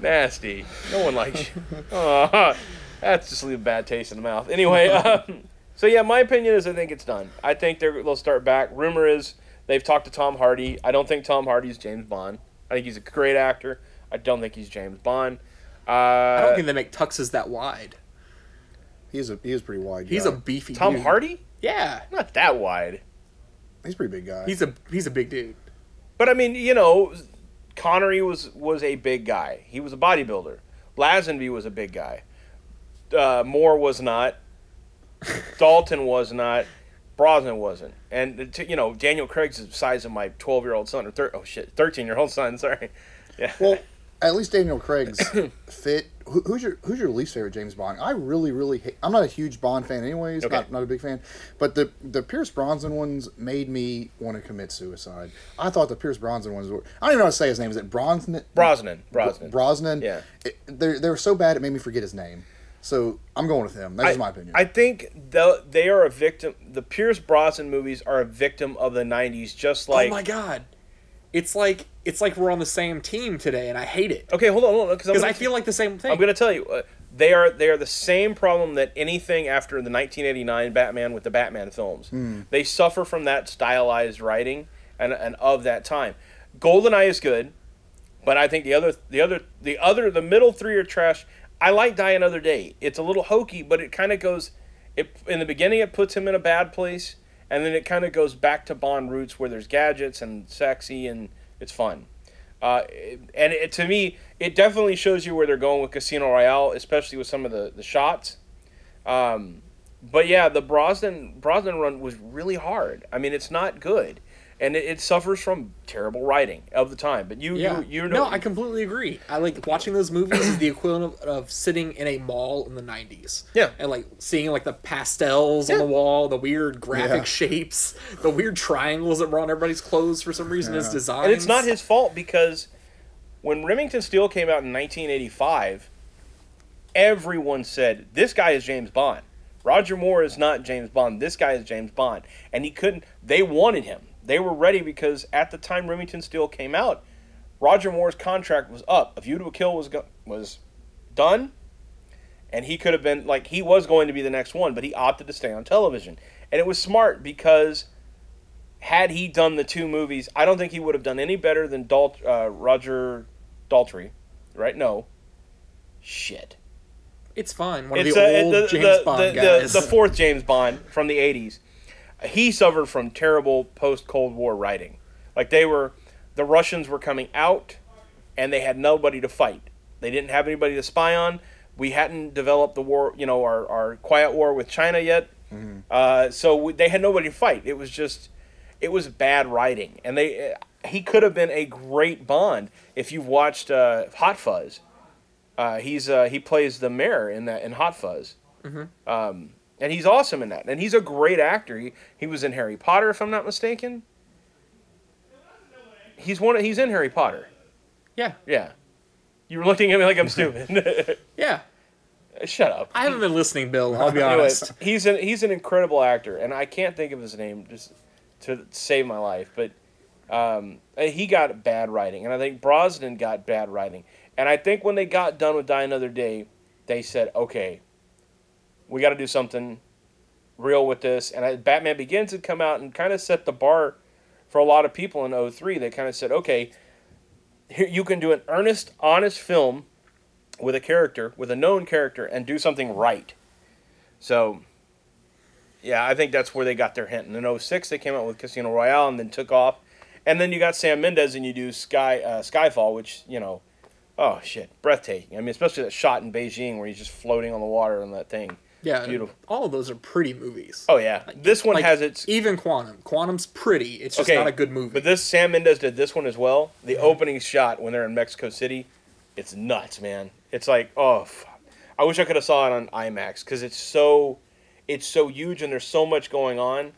nasty. No one likes you. Oh, that's just leave a bad taste in the mouth. Anyway, um, so yeah, my opinion is I think it's done. I think they're, they'll start back. Rumor is they've talked to Tom Hardy. I don't think Tom Hardy is James Bond. I think he's a great actor. I don't think he's James Bond. Uh,
I don't think they make tuxes that wide.
He's a he is a pretty wide.
He's
guy.
a beefy
Tom
dude.
Hardy?
Yeah.
Not that wide.
he's a pretty big guy.
He's a he's a big dude.
But I mean, you know, Connery was was a big guy. He was a bodybuilder. Lazenby was a big guy. Uh, Moore was not. Dalton was not. Brosnan wasn't. And uh, t- you know, Daniel Craig's the size of my twelve-year-old son or thir- oh shit, thirteen-year-old son. Sorry. Yeah.
well, at least Daniel Craig's fit. Who, who's your Who's your least favorite James Bond? I really, really. Hate, I'm not a huge Bond fan, anyways.
Okay.
Not not a big fan. But the the Pierce Bronson ones made me want to commit suicide. I thought the Pierce Bronson ones were. I don't even know how to say his name. Is it Bronson?
Brosnan. Brosnan.
Brosnan.
Yeah.
It- they they were so bad it made me forget his name. So I'm going with him. That's just my opinion.
I think the, they are a victim. The Pierce Brosnan movies are a victim of the '90s, just like
oh my god. It's like it's like we're on the same team today and I hate it.
Okay, hold on, hold on,
Because I feel like the same thing.
Uh, I'm going to tell you, uh, they are they are the same problem that anything after the 1989 Batman with the Batman films. They suffer from that stylized writing and and of that time. Goldeneye is good, but I think the other the other the other the middle three are trash. I like Die Another Day. It's a little hokey, but it kind of goes. It in the beginning it puts him in a bad place, and then it kind of goes back to Bond roots where there's gadgets and sexy and it's fun. Uh, and it, to me, it definitely shows you where they're going with Casino Royale, especially with some of the, the shots. Um, but yeah, the Brosnan Brosnan run was really hard. I mean, it's not good, and it, it suffers from terrible writing of the time. But you,
yeah.
you, you
no,
know,
I completely agree. I like watching those movies is the equivalent of, of sitting in a mall in the '90s.
Yeah.
and like seeing like the pastels on the wall, the weird graphic
Yeah.
shapes, the weird triangles that were on everybody's clothes for some reason as designs.
and it's not his fault because when Remington Steele came out in 1985, everyone said this guy is James Bond. Roger Moore is not James Bond. This guy is James Bond, and he couldn't. They wanted him. They were ready because at the time Remington Steele came out, Roger Moore's contract was up. A View to a Kill was go- was done, and he could have been like he was going to be the next one, but he opted to stay on television, and it was smart because had he done the two movies, I don't think he would have done any better than Dalt- uh, Roger Daltrey, right? No, shit.
It's fine. One
It's
of the
uh,
old
the,
James
the-
Bond
the- the-
guys.
the fourth James Bond from the '80s. He suffered from terrible post Cold War writing. Like they were, the Russians were coming out, and they had nobody to fight. They didn't have anybody to spy on. We hadn't developed the war, you know, our, our quiet war with China yet.
Mm-hmm.
Uh, so we, they had nobody to fight. It was just, it was bad writing, and they. He could have been a great Bond if you've watched uh, Hot Fuzz. Uh, he's uh, he plays the mayor in that in Hot Fuzz, um, and he's awesome in that. And he's a great actor. He, he was in Harry Potter, if I'm not mistaken. He's one. of- He's in Harry Potter.
yeah,
Yeah, you were looking at me like I'm stupid.
yeah.
Shut up.
I haven't been listening, Bill. I'll be
Anyway,
honest.
he's an he's an incredible actor, and I can't think of his name just to save my life. But um, he got bad writing, and I think Brosnan got bad writing. And I think when they got done with Die Another Day, they said, "Okay, we got to do something real with this." And I, Batman Begins had come out and kind of set the bar for a lot of people in 03. They kind of said, "Okay, here you can do an earnest, honest film." With a character, with a known character, and do something right. So, oh yeah, I think that's where they got their hint. And in 06, they came out with Casino Royale and then took off. And then you got Sam Mendes, and you do Sky uh, Skyfall, which you know, oh shit, breathtaking. I mean, especially that shot in Beijing where he's just floating on the water on that thing.
Yeah, and
beautiful.
all of those are pretty movies.
Oh yeah, this one
Like,
has its
even Quantum. Quantum's pretty. It's just not a good movie.
But this Sam Mendes did this one as well. The opening shot when they're in Mexico City, it's nuts, man. It's like oh, fuck. I wish I could have saw it on IMAX because it's so, it's so huge and there's so much going on.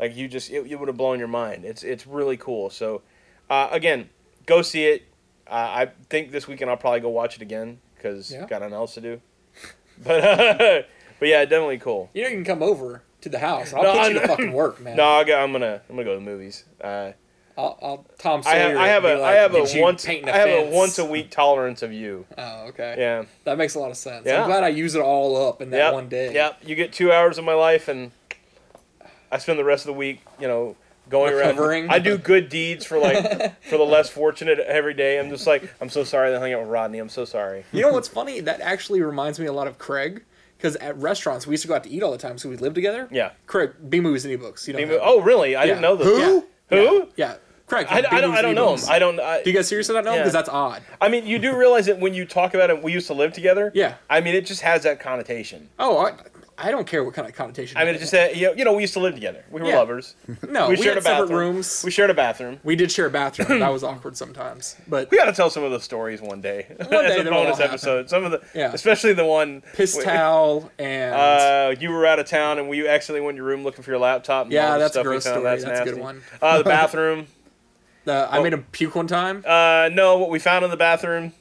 Like you just it, it would have blown your mind. It's it's really cool. So, uh, again, go see it. Uh, I think this weekend I'll probably go watch it again because
Yeah.
got nothing else to do. But uh, but yeah, definitely cool.
you know, you can come over to the house. I'll
No,
put
I
you to
know.
fucking work, man.
No, I'll go, I'm gonna I'm gonna go to the movies. Uh,
I'll, I'll Tom
I
Sawyer.
have, I have
it
a
and be like,
I have
"Did
a
you
once
paint
I
a
have a
fence?"
once a week tolerance of you.
Oh, okay.
Yeah.
that makes a lot of sense.
Yeah.
I'm glad I used it all up in that
Yep.
one day.
Yep. You get two hours of my life, and I spend the rest of the week, you know, going
Recovering.
around. I do good deeds for like for the less fortunate every day. I'm just like, I'm so sorry that I hung out with Rodney. I'm so sorry.
You know what's funny? That actually reminds me a lot of Craig. Because at restaurants, we used to go out to eat all the time, so we lived together.
Yeah.
Craig, B movies and ebooks. You know.
Oh, really? I didn't know this.
Who?
Who?
Yeah. Craig.
I,
from
I don't.
B-Movies
I
and
don't know him.
E-Books.
I don't. I,
Do you guys seriously not know him?
Yeah.
Because that's odd.
I mean, you do realize that when you talk about it, we used to live together.
Yeah.
I mean, it just has that connotation.
Oh, I, I don't care what kind of connotation.
I mean, it just that you know, you know, we used to live together. We were
Yeah.
lovers.
no.
we,
Oh, We,
shared
had
a
separate
bathroom.
rooms.
We shared a bathroom.
We did share a bathroom. that was awkward sometimes. But
We got to tell some of those stories one day. One
day
As a
they'll all
bonus
happen.
episode. Some of the,
Yeah.
especially the one.
piss
where-
towel and
Uh, you were out of town and we accidentally went to your room looking for your laptop. And all
Yeah,
the
that's a
stuff we
gross
found.
story.
That's,
That's a good
nasty.
one.
Uh, the bathroom.
uh,
oh.
I made him puke one time.
Uh, no, what we found in the bathroom.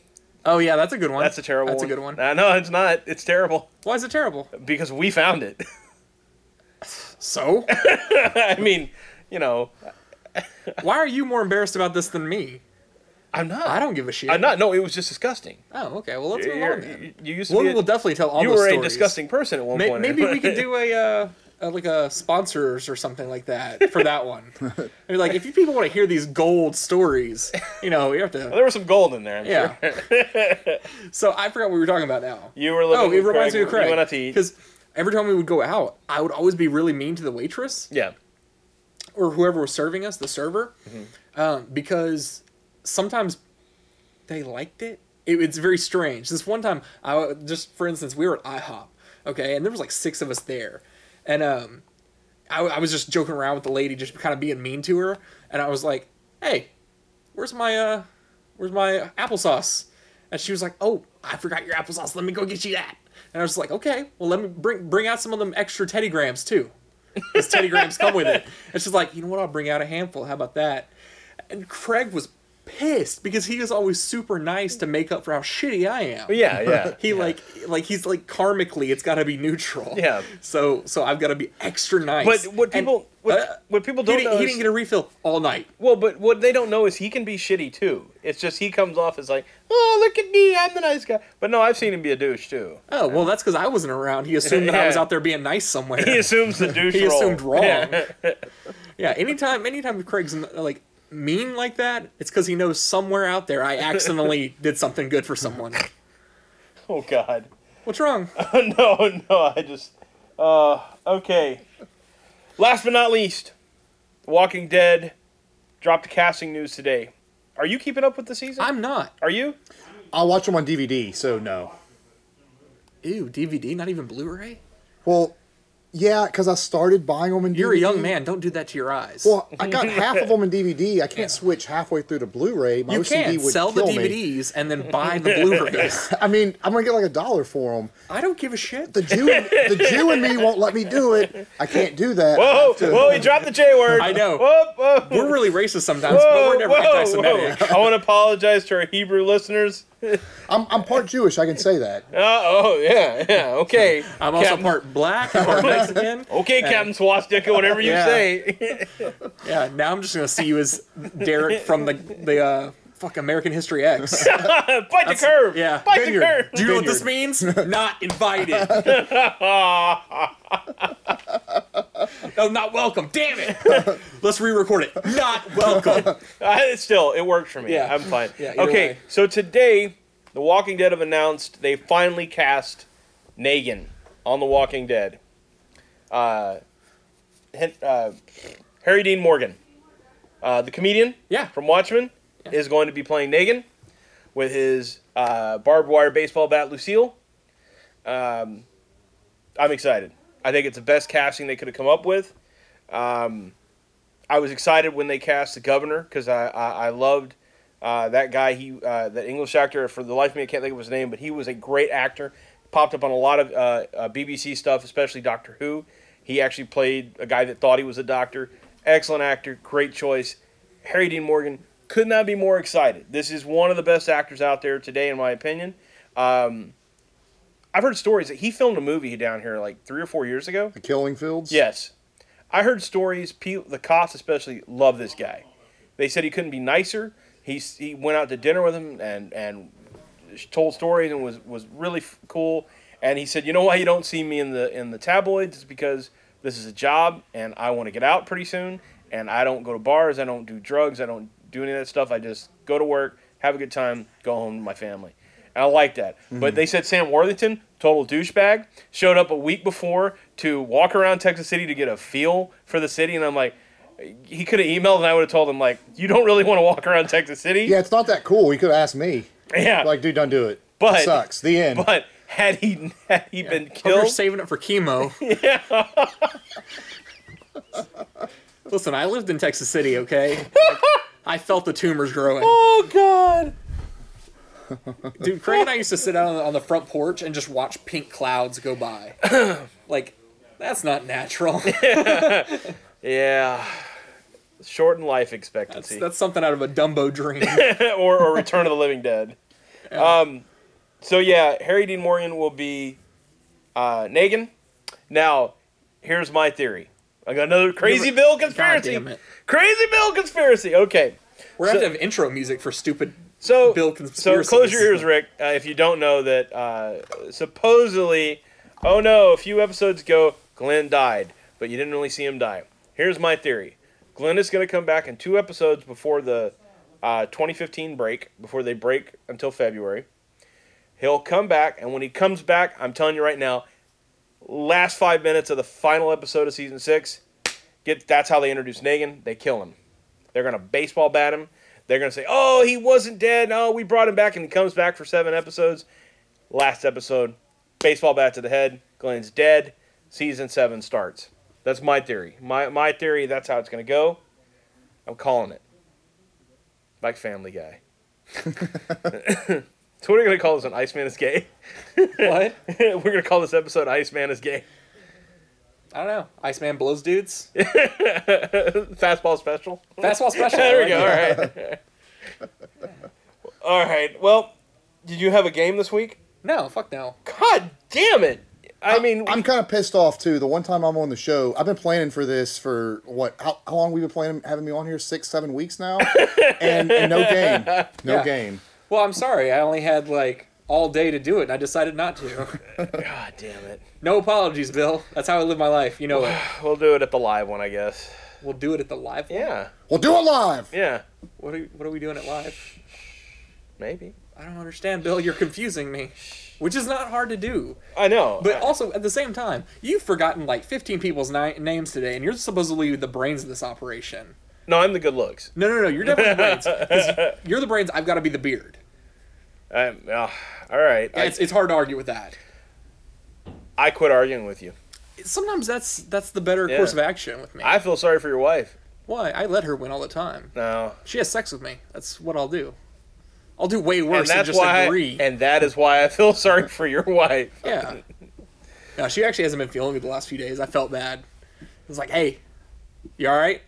oh yeah, that's a good one.
That's a terrible.
That's a good one.
Uh, no, it's not. It's terrible
Why is it terrible?
because we found it.
So
I mean, you know,
why are you more embarrassed about this than me?
I'm not.
I don't give a shit.
I'm not. No, it was just disgusting.
Oh, okay. Well, let's move
You're-
on then.
you, you used to
Well,
be.
we
a-
will definitely tell all
you
those
were a
stories.
disgusting person at one
May-
point.
maybe we could do a, uh, a like a sponsors or something like that for that one. I mean, like if you people want to hear these gold stories, you know, you have to.
There was some gold in there. I'm
Yeah.
Sure.
So I forgot what we were talking about now.
You were living.
oh, it
with
reminds me of Craig.
You went out to eat.
Because every time we would go out, I would always be really mean to the waitress
Yeah.
or whoever was serving us, the server, um, because sometimes they liked it. it. It's very strange. This one time, I wa- just for instance, we were at IHOP, okay, and there was like six of us there, and um, I, w- I was just joking around with the lady, just kind of being mean to her, and I was like, "Hey, where's my uh, where's my applesauce?" And she was like, "Oh, I forgot your applesauce. Let me go get you that." And I was like, "Okay, well, let me bring bring out some of them extra Teddy Grams too." Because Teddy Grahams come with it. And she's like, you know what? I'll bring out a handful. How about that? And Craig was pissed because he was always super nice to make up for how shitty I am.
Yeah. Yeah.
He like like he's like karmically, it's got to be neutral.
Yeah.
So so I've got to be extra nice.
But what
And,
people what,
uh,
what people
he
don't
didn't,
know
he
is,
didn't get a refill all night.
well, but what they don't know is he can be shitty too. It's just he comes off as like, oh look at me, I'm the nice guy. But no, I've seen him be a douche too.
Oh well, that's because I wasn't around. He assumed that I was
Yeah.
out there being nice somewhere.
He assumes the douche.
he
role.
assumed wrong.
Yeah.
Yeah. anytime, anytime Craig's like mean like that, it's because he knows somewhere out there I accidentally did something good for someone.
Oh God.
What's wrong?
no, no, I just. Uh, okay. Last but not least, Walking Dead dropped casting news today. Are you keeping up with the season?
I'm not.
Are you?
I watch them on DVD, so no.
Ew, DVD, not even Blu-ray.
Well, yeah, because I started buying them in.
You're a
DVD.
young man. Don't do that to your eyes.
Well, I got half of them in DVD. I can't switch halfway through to Blu-ray. My
you
OCD
can
would
sell the
kill me.
DVDs and then buy the Blu-rays.
I mean, I'm gonna get like a dollar for them.
I don't give a shit.
The Jew, the Jew and me won't let me do it. I can't do that.
Whoa, Oh, whoa, he dropped the J word.
I know.
Whoa, whoa.
We're really racist sometimes, but we're
Whoa,
never
whoa,
anti-Semitic.
whoa. I want to apologize to our Hebrew listeners.
I'm, I'm part Jewish. I can say that.
Uh, oh, yeah, yeah, okay.
I'm also
Captain-
part black, part Mexican.
Okay, Captain Swastika, whatever you
Yeah.
say.
Yeah, now I'm just gonna see you as Derek from the the uh, fuck American History X.
Bite the curve.
Yeah.
Bite
Vineyard.
the curve.
Do you know what this means? not invited. oh, not welcome. Damn it. Let's re-record it. Not welcome.
I, it's still, it worked for me.
Yeah.
I'm fine.
Yeah, either
okay,
way.
so today, The Walking Dead have announced they finally cast Negan on The Walking Dead. Uh, Hen- uh, Harry Dean Morgan Uh, the comedian
Yeah.
from Watchmen is going to be playing Negan with his uh, barbed wire baseball bat, Lucille. Um, I'm excited. I think it's the best casting they could have come up with. Um, I was excited when they cast the governor because I, I, I loved uh, that guy. He uh, that English actor for the life of me I can't think of his name, but he was a great actor. Popped up on a lot of uh, uh, BBC stuff, especially Doctor Who. He actually played a guy that thought he was a doctor. Excellent actor, great choice. Harry Dean Morgan could not be more excited. This is one of the best actors out there today, in my opinion. Um, I've heard stories that he filmed a movie down here like three or four years ago.
The Killing Fields.
Yes. I heard stories. People, the cops especially love this guy. They said he couldn't be nicer. He, s- he went out to dinner with him and, and told stories and was, was really f- cool. And he said, you know why you don't see me in the in the tabloids? It's because this is a job and I want to get out pretty soon. And I don't go to bars. I don't do drugs. I don't do any of that stuff. I just go to work, have a good time, go home to my family. And I like that. But they said Sam Worthington, total douchebag, showed up a week before to walk around Texas City to get a feel for the city. And I'm like, he could have emailed and I would have told him, like, you don't really want to walk around Texas City.
Yeah, it's not that cool. He could have asked me.
Yeah.
Like, dude, don't do it.
But-
it sucks. The end.
But had he had he been
Hope you're
killed,
saving it for chemo. Listen, I lived in Texas City, okay? Like, I felt the tumors growing.
oh god!
Dude, Craig and I used to sit out on the, on the front porch and just watch pink clouds go by. like, that's not natural.
Yeah, shortened life
That's,
expectancy,
that's something out of a Dumbo dream.
or or Return of the Living Dead. Um, so yeah, Harry Dean Morgan will be uh, Negan. Now, here's my theory. I got another crazy
Never-
Bill
God
conspiracy.
damn it.
Crazy Bill conspiracy. Okay.
We're going
So-
to have intro music for stupid.
So,
Bill
so
conspiracies.
close your ears, Rick, uh, if you don't know that uh, supposedly, oh no, a few episodes ago, Glenn died, but you didn't really see him die. Here's my theory Glenn is going to come back in two episodes before the uh, 2015 break, before they break until February. He'll come back, and when he comes back, I'm telling you right now, last five minutes of the final episode of season six, get that's how they introduce Negan. They kill him. They're gonna baseball bat him. They're gonna say, "Oh, he wasn't dead. No, we brought him back, and he comes back for seven episodes. Last episode, baseball bat to the head. Glenn's dead. Season seven starts. That's my theory. My my theory. That's how it's gonna go. I'm calling it. Like Family Guy. so what are you gonna call this? An Iceman is gay.
What?
We're gonna call this episode "Iceman is gay."
I don't know. Iceman blows dudes.
Fastball special.
Fastball special.
There we
I
go. All
like it.
right. All right. Well, did you have a game this week?
No, fuck no.
God damn it!
Uh,
I mean,
I'm kind of pissed off too. The one time I'm on the show, I've been planning for this for what? How, how long we've been planning having me on here? Six, seven weeks now, and, and no game, no
Yeah.
game.
Well, I'm sorry. I only had, like, all day to do it, and I decided not to.
God damn it.
No apologies, Bill. That's how I live my life. You know it.
We'll do it at the live one, I guess.
We'll do it at the live. one.
Yeah.
We'll do it live.
Yeah.
What are, what are we doing at live?
Maybe.
I don't understand, Bill. You're confusing me, which is not hard to do.
I know.
But
I-
also, at the same time, you've forgotten like 15 people's ni- names today, and you're supposedly the brains of this operation.
no, I'm the good looks.
No, no, no. You're definitely the brains. 'cause You're the brains. I've got to be the beard.
I'm, ah, all right.
Yeah, It's, it's hard to argue with that.
I, I quit arguing with you.
Sometimes that's that's the better
Yeah.
course of action with me.
I feel sorry for your wife.
Why? I let her win all the time.
No.
She has sex with me. That's what I'll do. I'll do way
And
worse than
that's
just
why.
agree.
and that is why I feel sorry for your wife.
Yeah. No, she actually hasn't been feeling me the last few days. I felt bad. I was like, hey, you all right?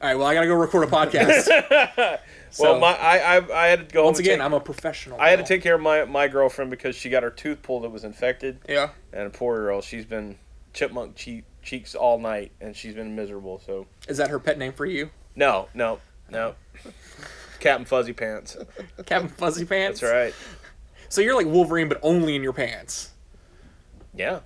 All right, well, I got to go record a podcast. so,
well, my I, I I had to go
once
home and
again,
take-
I'm a professional.
I had to
now.
take care of my, my girlfriend because she got her tooth pulled that was infected,
Yeah.
and poor girl, she's been chipmunk che- cheeks all night, and she's been miserable. So
Is that her pet name for you?
no, no, no, Captain Fuzzy Pants.
Captain Fuzzy Pants?
That's right.
So you're like Wolverine, but only in your pants.
Yeah,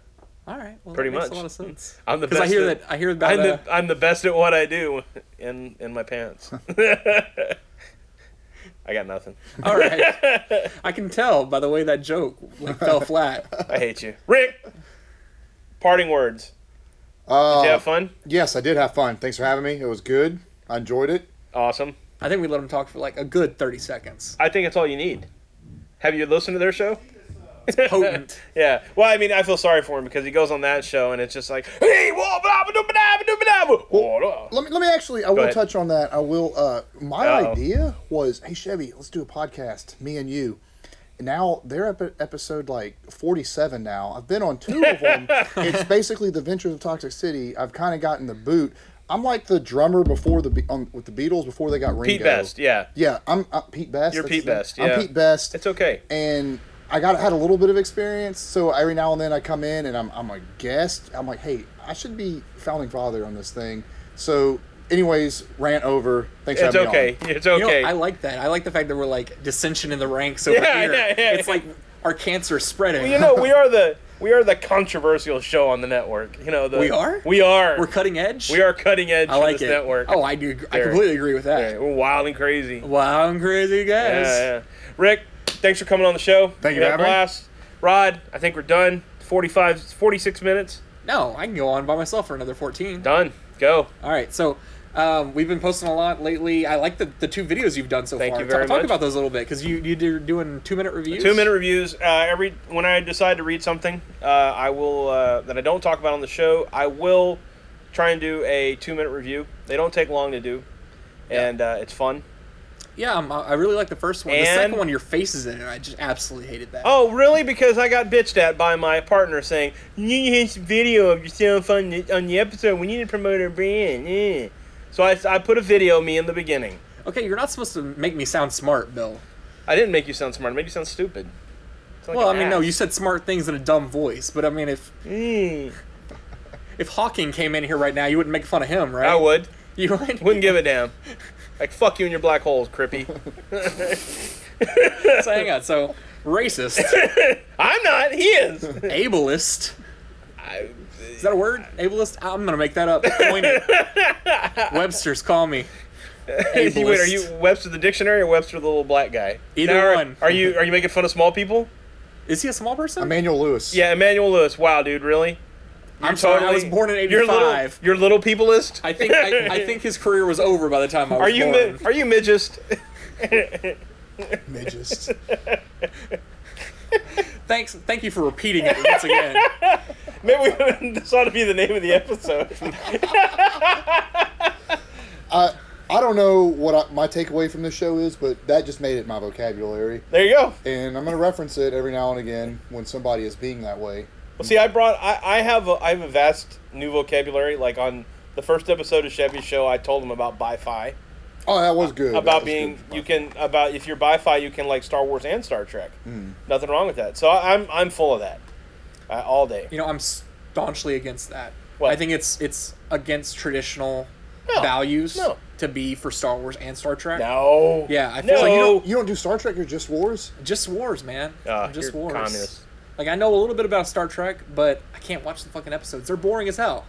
All right. Well,
Pretty
that makes
much.
a lot of sense.
I'm the
Because
best.
I hear
at-
that. I hear about.
I'm
Uh,
the, I'm the best at what I do in in my pants. I got nothing.
all right. I can tell by the way that joke like fell flat.
I hate you, Rick. Parting words.
Uh,
Did you have fun?
Yes, I did have fun. Thanks for having me. It was good. I enjoyed it.
Awesome.
I think we let them talk for like a good 30 seconds.
I think that's all you need. Have you listened to their show?
Potent.
Yeah. Well, I mean, I feel sorry for him because he goes on that show and it's just like, hey, whoa, blah, blah, blah, blah, blah, blah, blah, blah.
Let me let me actually. I will
ahead.
touch on that. I will. Uh, my
Uh-oh.
idea was, hey Chevy, let's do a podcast, me and you. And now they're up at episode like forty-seven. Now I've been on two of them. it's basically the Ventures of Toxic City. I've kind of gotten the boot. I'm like the drummer before the Be- on, with the Beatles before they got Ringo.
Pete Best. Yeah.
Yeah, I'm, i Pete Best.
You're
that's
Pete
his name.
Best, yeah.
I'm Pete Best.
It's okay.
and I got had a little bit of experience. So every now and then I come in and I'm I'm a guest. I'm like, hey, I should be founding father on this thing. So, anyways, rant over. Thanks
It's
for having
okay.
me
It's
You know,
okay.
I like that. I like the fact that we're like dissension in the ranks over
Yeah,
here.
yeah, yeah,
it's
yeah.
like our cancer is spreading.
you know, we are the we are the controversial show on the network. You know, the
We are?
we are
we're cutting edge.
we are cutting edge
I like
for this
it.
network.
Oh, I do. ag- I
There.
completely agree with
Yeah,
that.
we're wild and crazy.
Wow, I'm crazy,
Yeah,
guys.
yeah. Rick, thanks for coming on the show.
Thank you
We had
for
a
having me.
blast. Rod, I think we're done. 45, 46 minutes.
No, I can go on by myself for another 14.
Done. Go.
All right, so um, we've been posting a lot lately. I like the, the two videos you've done so
Thank
far.
you very
talk, talk
much.
about those a little bit because you you're doing two minute reviews.
Two minute reviews. Uh, every when I decide to read something, uh, I will uh, that I don't talk about on the show. I will try and do a two minute review. They don't take long to do, and uh, it's fun.
Yeah, um, I I really like the first one. the
And-
second one, your face is in it. I just absolutely hated that.
Oh, really? Because I got bitched at by my partner saying, "You need to have some video of yourself on the, on the episode. We need to promote our brand." Yeah. So I, I put a video of me in the beginning.
Okay, you're not supposed to make me sound smart, Bill.
I didn't make you sound smart. I made you sound stupid. Sound like
well, I
an
mean, no,
ass.
you said smart things in a dumb voice, but I mean, if
Mm,
if Hawking came in here right now, you wouldn't make fun of him, right?
I would.
You would.
Wouldn't give a damn. Like fuck you and your black holes, Crippy.
so hang on. So racist,
I'm not. He is.
ableist. Is that a word? Ableist? I'm gonna make that up. Coin it. Webster's call me.
Hey, wait, are
Ableist.
you Webster the dictionary or Webster the little black guy?
Either
Now, are-
one.
Are you are you making fun of small people?
Is he a small person?
Emmanuel Lewis.
Yeah, Emmanuel Lewis. Wow, dude, really?
I'm sorry, I was born in
You're little,
'85.
you're little peopleist.
I think I, I think his career was over by the time I was
Are you
born.
mi- are you midgest?
midgets.
Thanks. Thank you for repeating it once again.
Maybe we, this ought to be the name of the episode.
I don't know what I, my takeaway from this show is, but that just made it my vocabulary,
There you go.
and I'm gonna reference it every now and again when somebody is being that way.
Well, see, I brought I, I have a, I have a vast new vocabulary. Like on the first episode of Chevy's show, I told him about bi-fi,
Oh, that was good. That
about
was
being
good.
you can about if you're bi-fi, you can like Star Wars and Star Trek. Nothing wrong with that. So I, I'm I'm full of that uh, all day.
You know, I'm staunchly against that.
What?
I think it's it's against traditional
No,
values
no.
to be for Star Wars and Star Trek.
No.
Yeah, I feel
no.
like you don't-
You don't do Star Trek or just wars.
Just wars, man.
Ah,
just
you're
wars.
communist.
Like I know a little bit about Star Trek, but I can't watch the fucking episodes. They're boring as hell.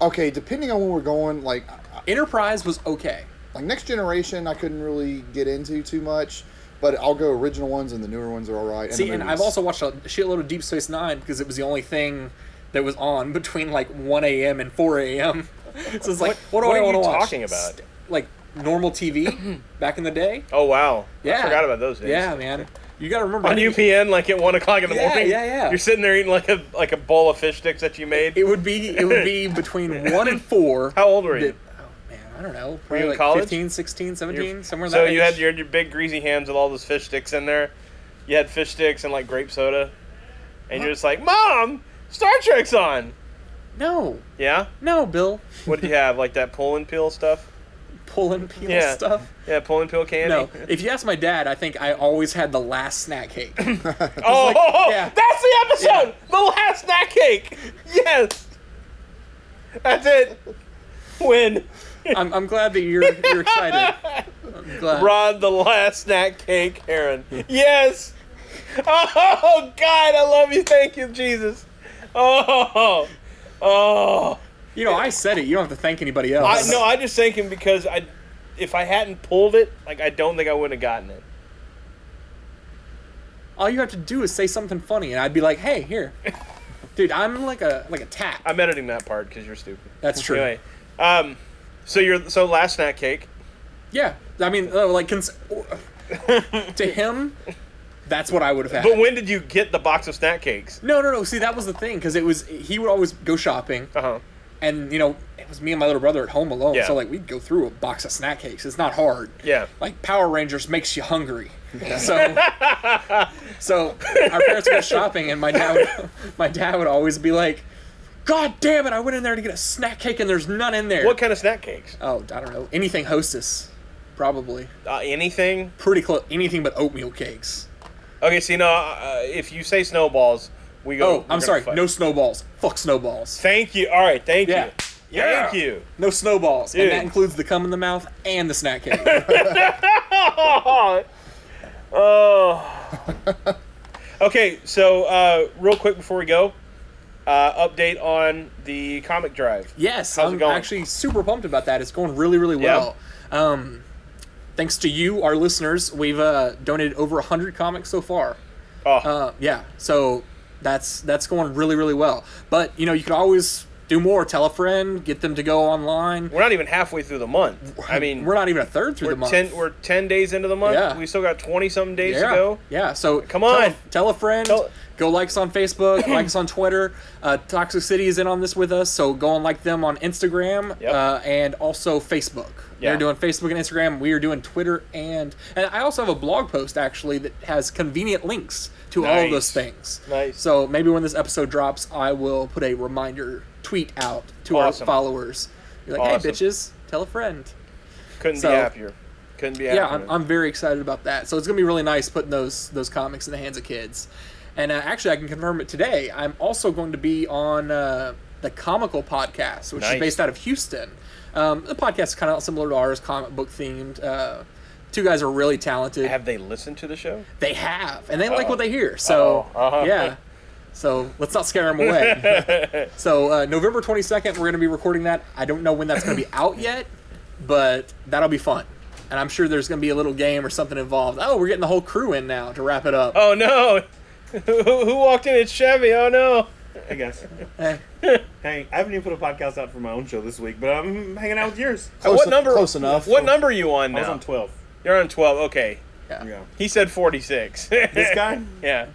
Okay, depending on where we're going, like
Enterprise was okay.
like next generation i couldn't really get into too much but i'll go original ones and the newer ones are all right the
See, and I've
movies.
also watched a shitload of Deep Space Nine because it was the only thing that was on between like 1 a.m. and 4 a.m. so it's like, what, do
what
I
are
want to
you
watch?
talking about?
St- like normal TV back in the day.
Oh wow.
Yeah,
I forgot about those days.
Yeah, man. You gotta remember
On
I mean,
UPN, like at one o'clock in the
Yeah,
morning.
yeah, yeah.
You're sitting there eating like a like a bowl of fish sticks that you made.
It would be it would be between one and four.
How old were
that-
you?
oh man, I don't know.
Were you
Probably
in
like
college?
15, 16, 17,
Your-
somewhere in
so
that
you had
age.
your, your big greasy hands with all those fish sticks in there. You had fish sticks and like grape soda, and you're just like, "Mom, Star Trek's on."
No.
Yeah.
No, Bill.
What did you have? Like that pull and peel stuff?
Pulling peel
Yeah.
stuff.
Yeah, pull and peel candy.
No. If you ask my dad, I think I always had the last snack cake.
Oh,
yeah.
that's the episode. The last snack cake. Yes. That's it. Win.
I'm, I'm glad that you're you're excited. I'm glad.
Rod, the last snack cake, Aaron. Yes. Oh God, I love you. Thank you, Jesus. Oh, oh.
You know, I said it. You don't have to thank anybody else.
I no, I just thank him because I, if I hadn't pulled it, like I don't think I would have gotten it.
All you have to do is say something funny, and I'd be like, "Hey, here, dude, I'm like a like a tap."
I'm editing that part because you're stupid.
That's true.
Anyway, um, so you're so last snack cake.
Yeah, I mean, uh, like, cons- to him, that's what I would have had.
But when did you get the box of snack cakes?
No, no, no. See, that was the thing because it was he would always go shopping,
Uh huh.
and you know it was me and my little brother at home alone.
Yeah.
So like we'd go through a box of snack cakes. It's not hard.
Yeah.
Like Power Rangers makes you hungry. So, so our parents would go shopping, and my dad, my dad would always be like, "God damn it! I went in there to get a snack cake, and there's none in there."
What kind of snack cakes?
Oh, I don't know. Anything Hostess, probably.
Uh, anything?
Pretty close. Anything but oatmeal cakes.
Okay, see, no, uh, if you say snowballs, we go.
Oh,
we're
I'm
gonna
sorry.
fight.
No snowballs. Fuck snowballs.
Thank you. All right, thank
Yeah.
you.
Yeah.
Thank you.
No snowballs,
Dude.
and that includes the cum in the mouth and the snack cake.
Oh. Oh. okay, so uh, real quick before we go, uh, update on the comic drive.
yes,
How's it
I'm
going?
actually super pumped about that. It's going really, really
Yeah.
well. Um, thanks to you, our listeners, we've uh, donated over hundred comics so far.
Oh,
Uh, yeah, so that's that's going really, really well. But you know, you can always do more. Tell a friend, get them to go online.
we're not even halfway through the month. I mean,
we're not even a third through
we're
the month.
ten. We're ten days into the month.
Yeah.
We still got twenty something days
yeah.
to go.
Yeah. So
Come
tell a-
on.
tell, a friend.
Tell-
go like us on Facebook, like us on Twitter. Uh, Toxic City is in on this with us, so go and like them on Instagram
Yep.
uh, and also Facebook.
Yeah.
They're doing Facebook and Instagram. We are doing Twitter and and I also have a blog post actually that has convenient links to all
Nice.
of those things.
Nice.
So maybe when this episode drops, I will put a reminder tweet out to
Awesome.
our followers. You're like,
Awesome.
hey bitches, tell a friend
Couldn't
So-
be happier. Couldn't be happier.
yeah, I'm, I'm very excited about that. So it's gonna be really nice putting those those comics in the hands of kids. And uh, actually, I can confirm it today. I'm also going to be on uh, the Comical podcast, which
Nice.
is based out of Houston. Um, the podcast is kind of similar to ours, comic book themed. Uh, two guys are really talented.
Have they listened to the show?
they have, and they like what they hear. So
Uh-oh. Uh-huh.
yeah. So let's not scare them away. so uh, November 22nd, we're going to be recording that. I don't know when that's going to be out yet, but that'll be fun. And I'm sure there's going to be a little game or something involved. Oh, we're getting the whole crew in now to wrap it up.
Oh no! who, who walked in at Chevy? Oh no!
I guess.
Eh.
Hey, I haven't even put a podcast out for my own show this week, but I'm hanging out with yours.
Close
what
en-
number?
Close enough.
What number are you on
I was
now?
on 12.
You're on twelve. Okay.
Yeah.
He said forty-six.
This guy?
yeah.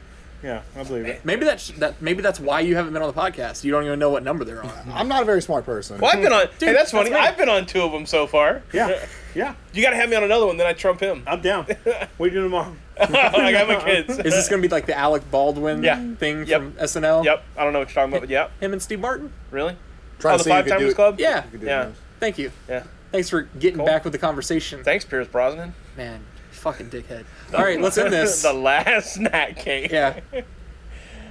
Yeah, I believe it.
Maybe that's that. Maybe that's why you haven't been on the podcast. You don't even know what number they're on.
I'm not a very smart person.
Well, I've been on. hey, that's
that's
funny.
me.
I've been on two of them so far.
Yeah, yeah,
You gotta have me on another one, then I trump him.
I'm down. What are you doing tomorrow?
I got my kids.
Is this going to be like the Alec Baldwin
Yeah.
thing
Yep.
from SNL?
Yep. I don't know what you're talking about. But yep.
Him and Steve Martin.
Really?
Trying
oh,
to
the
see if you
Five
could do
Timers
it-
Club.
Yeah.
you could do it
Yeah.
now.
Thank you.
Yeah.
Thanks for getting back with the conversation.
Thanks, Pierce Brosnan.
Man, fucking dickhead. All right, let's end this.
the last snack cake.
Yeah.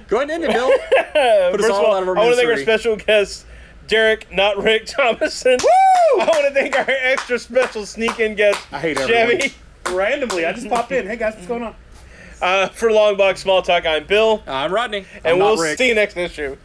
Go ahead and end it, Bill.
Uh,
Put us
first
all
of all,
out of our
I want to thank our
misery.
special guest, Derek, not Rick Thomason. Woo! I want to thank our extra special sneak in guest,
I hate everyone.
Chevy.
Randomly, I just popped in. Hey guys, what's going on?
Uh, for Long Box Small Talk, I'm Bill,
I'm Rodney.
and
not
we'll
Rick.
see you next issue.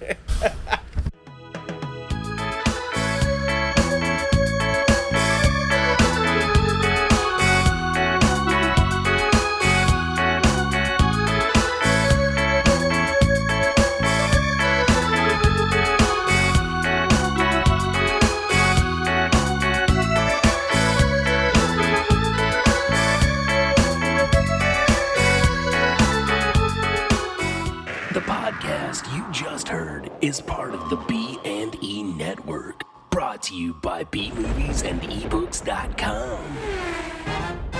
The podcast you just heard is part of the E B&E E network, brought to you by B Movies and eBooks.com.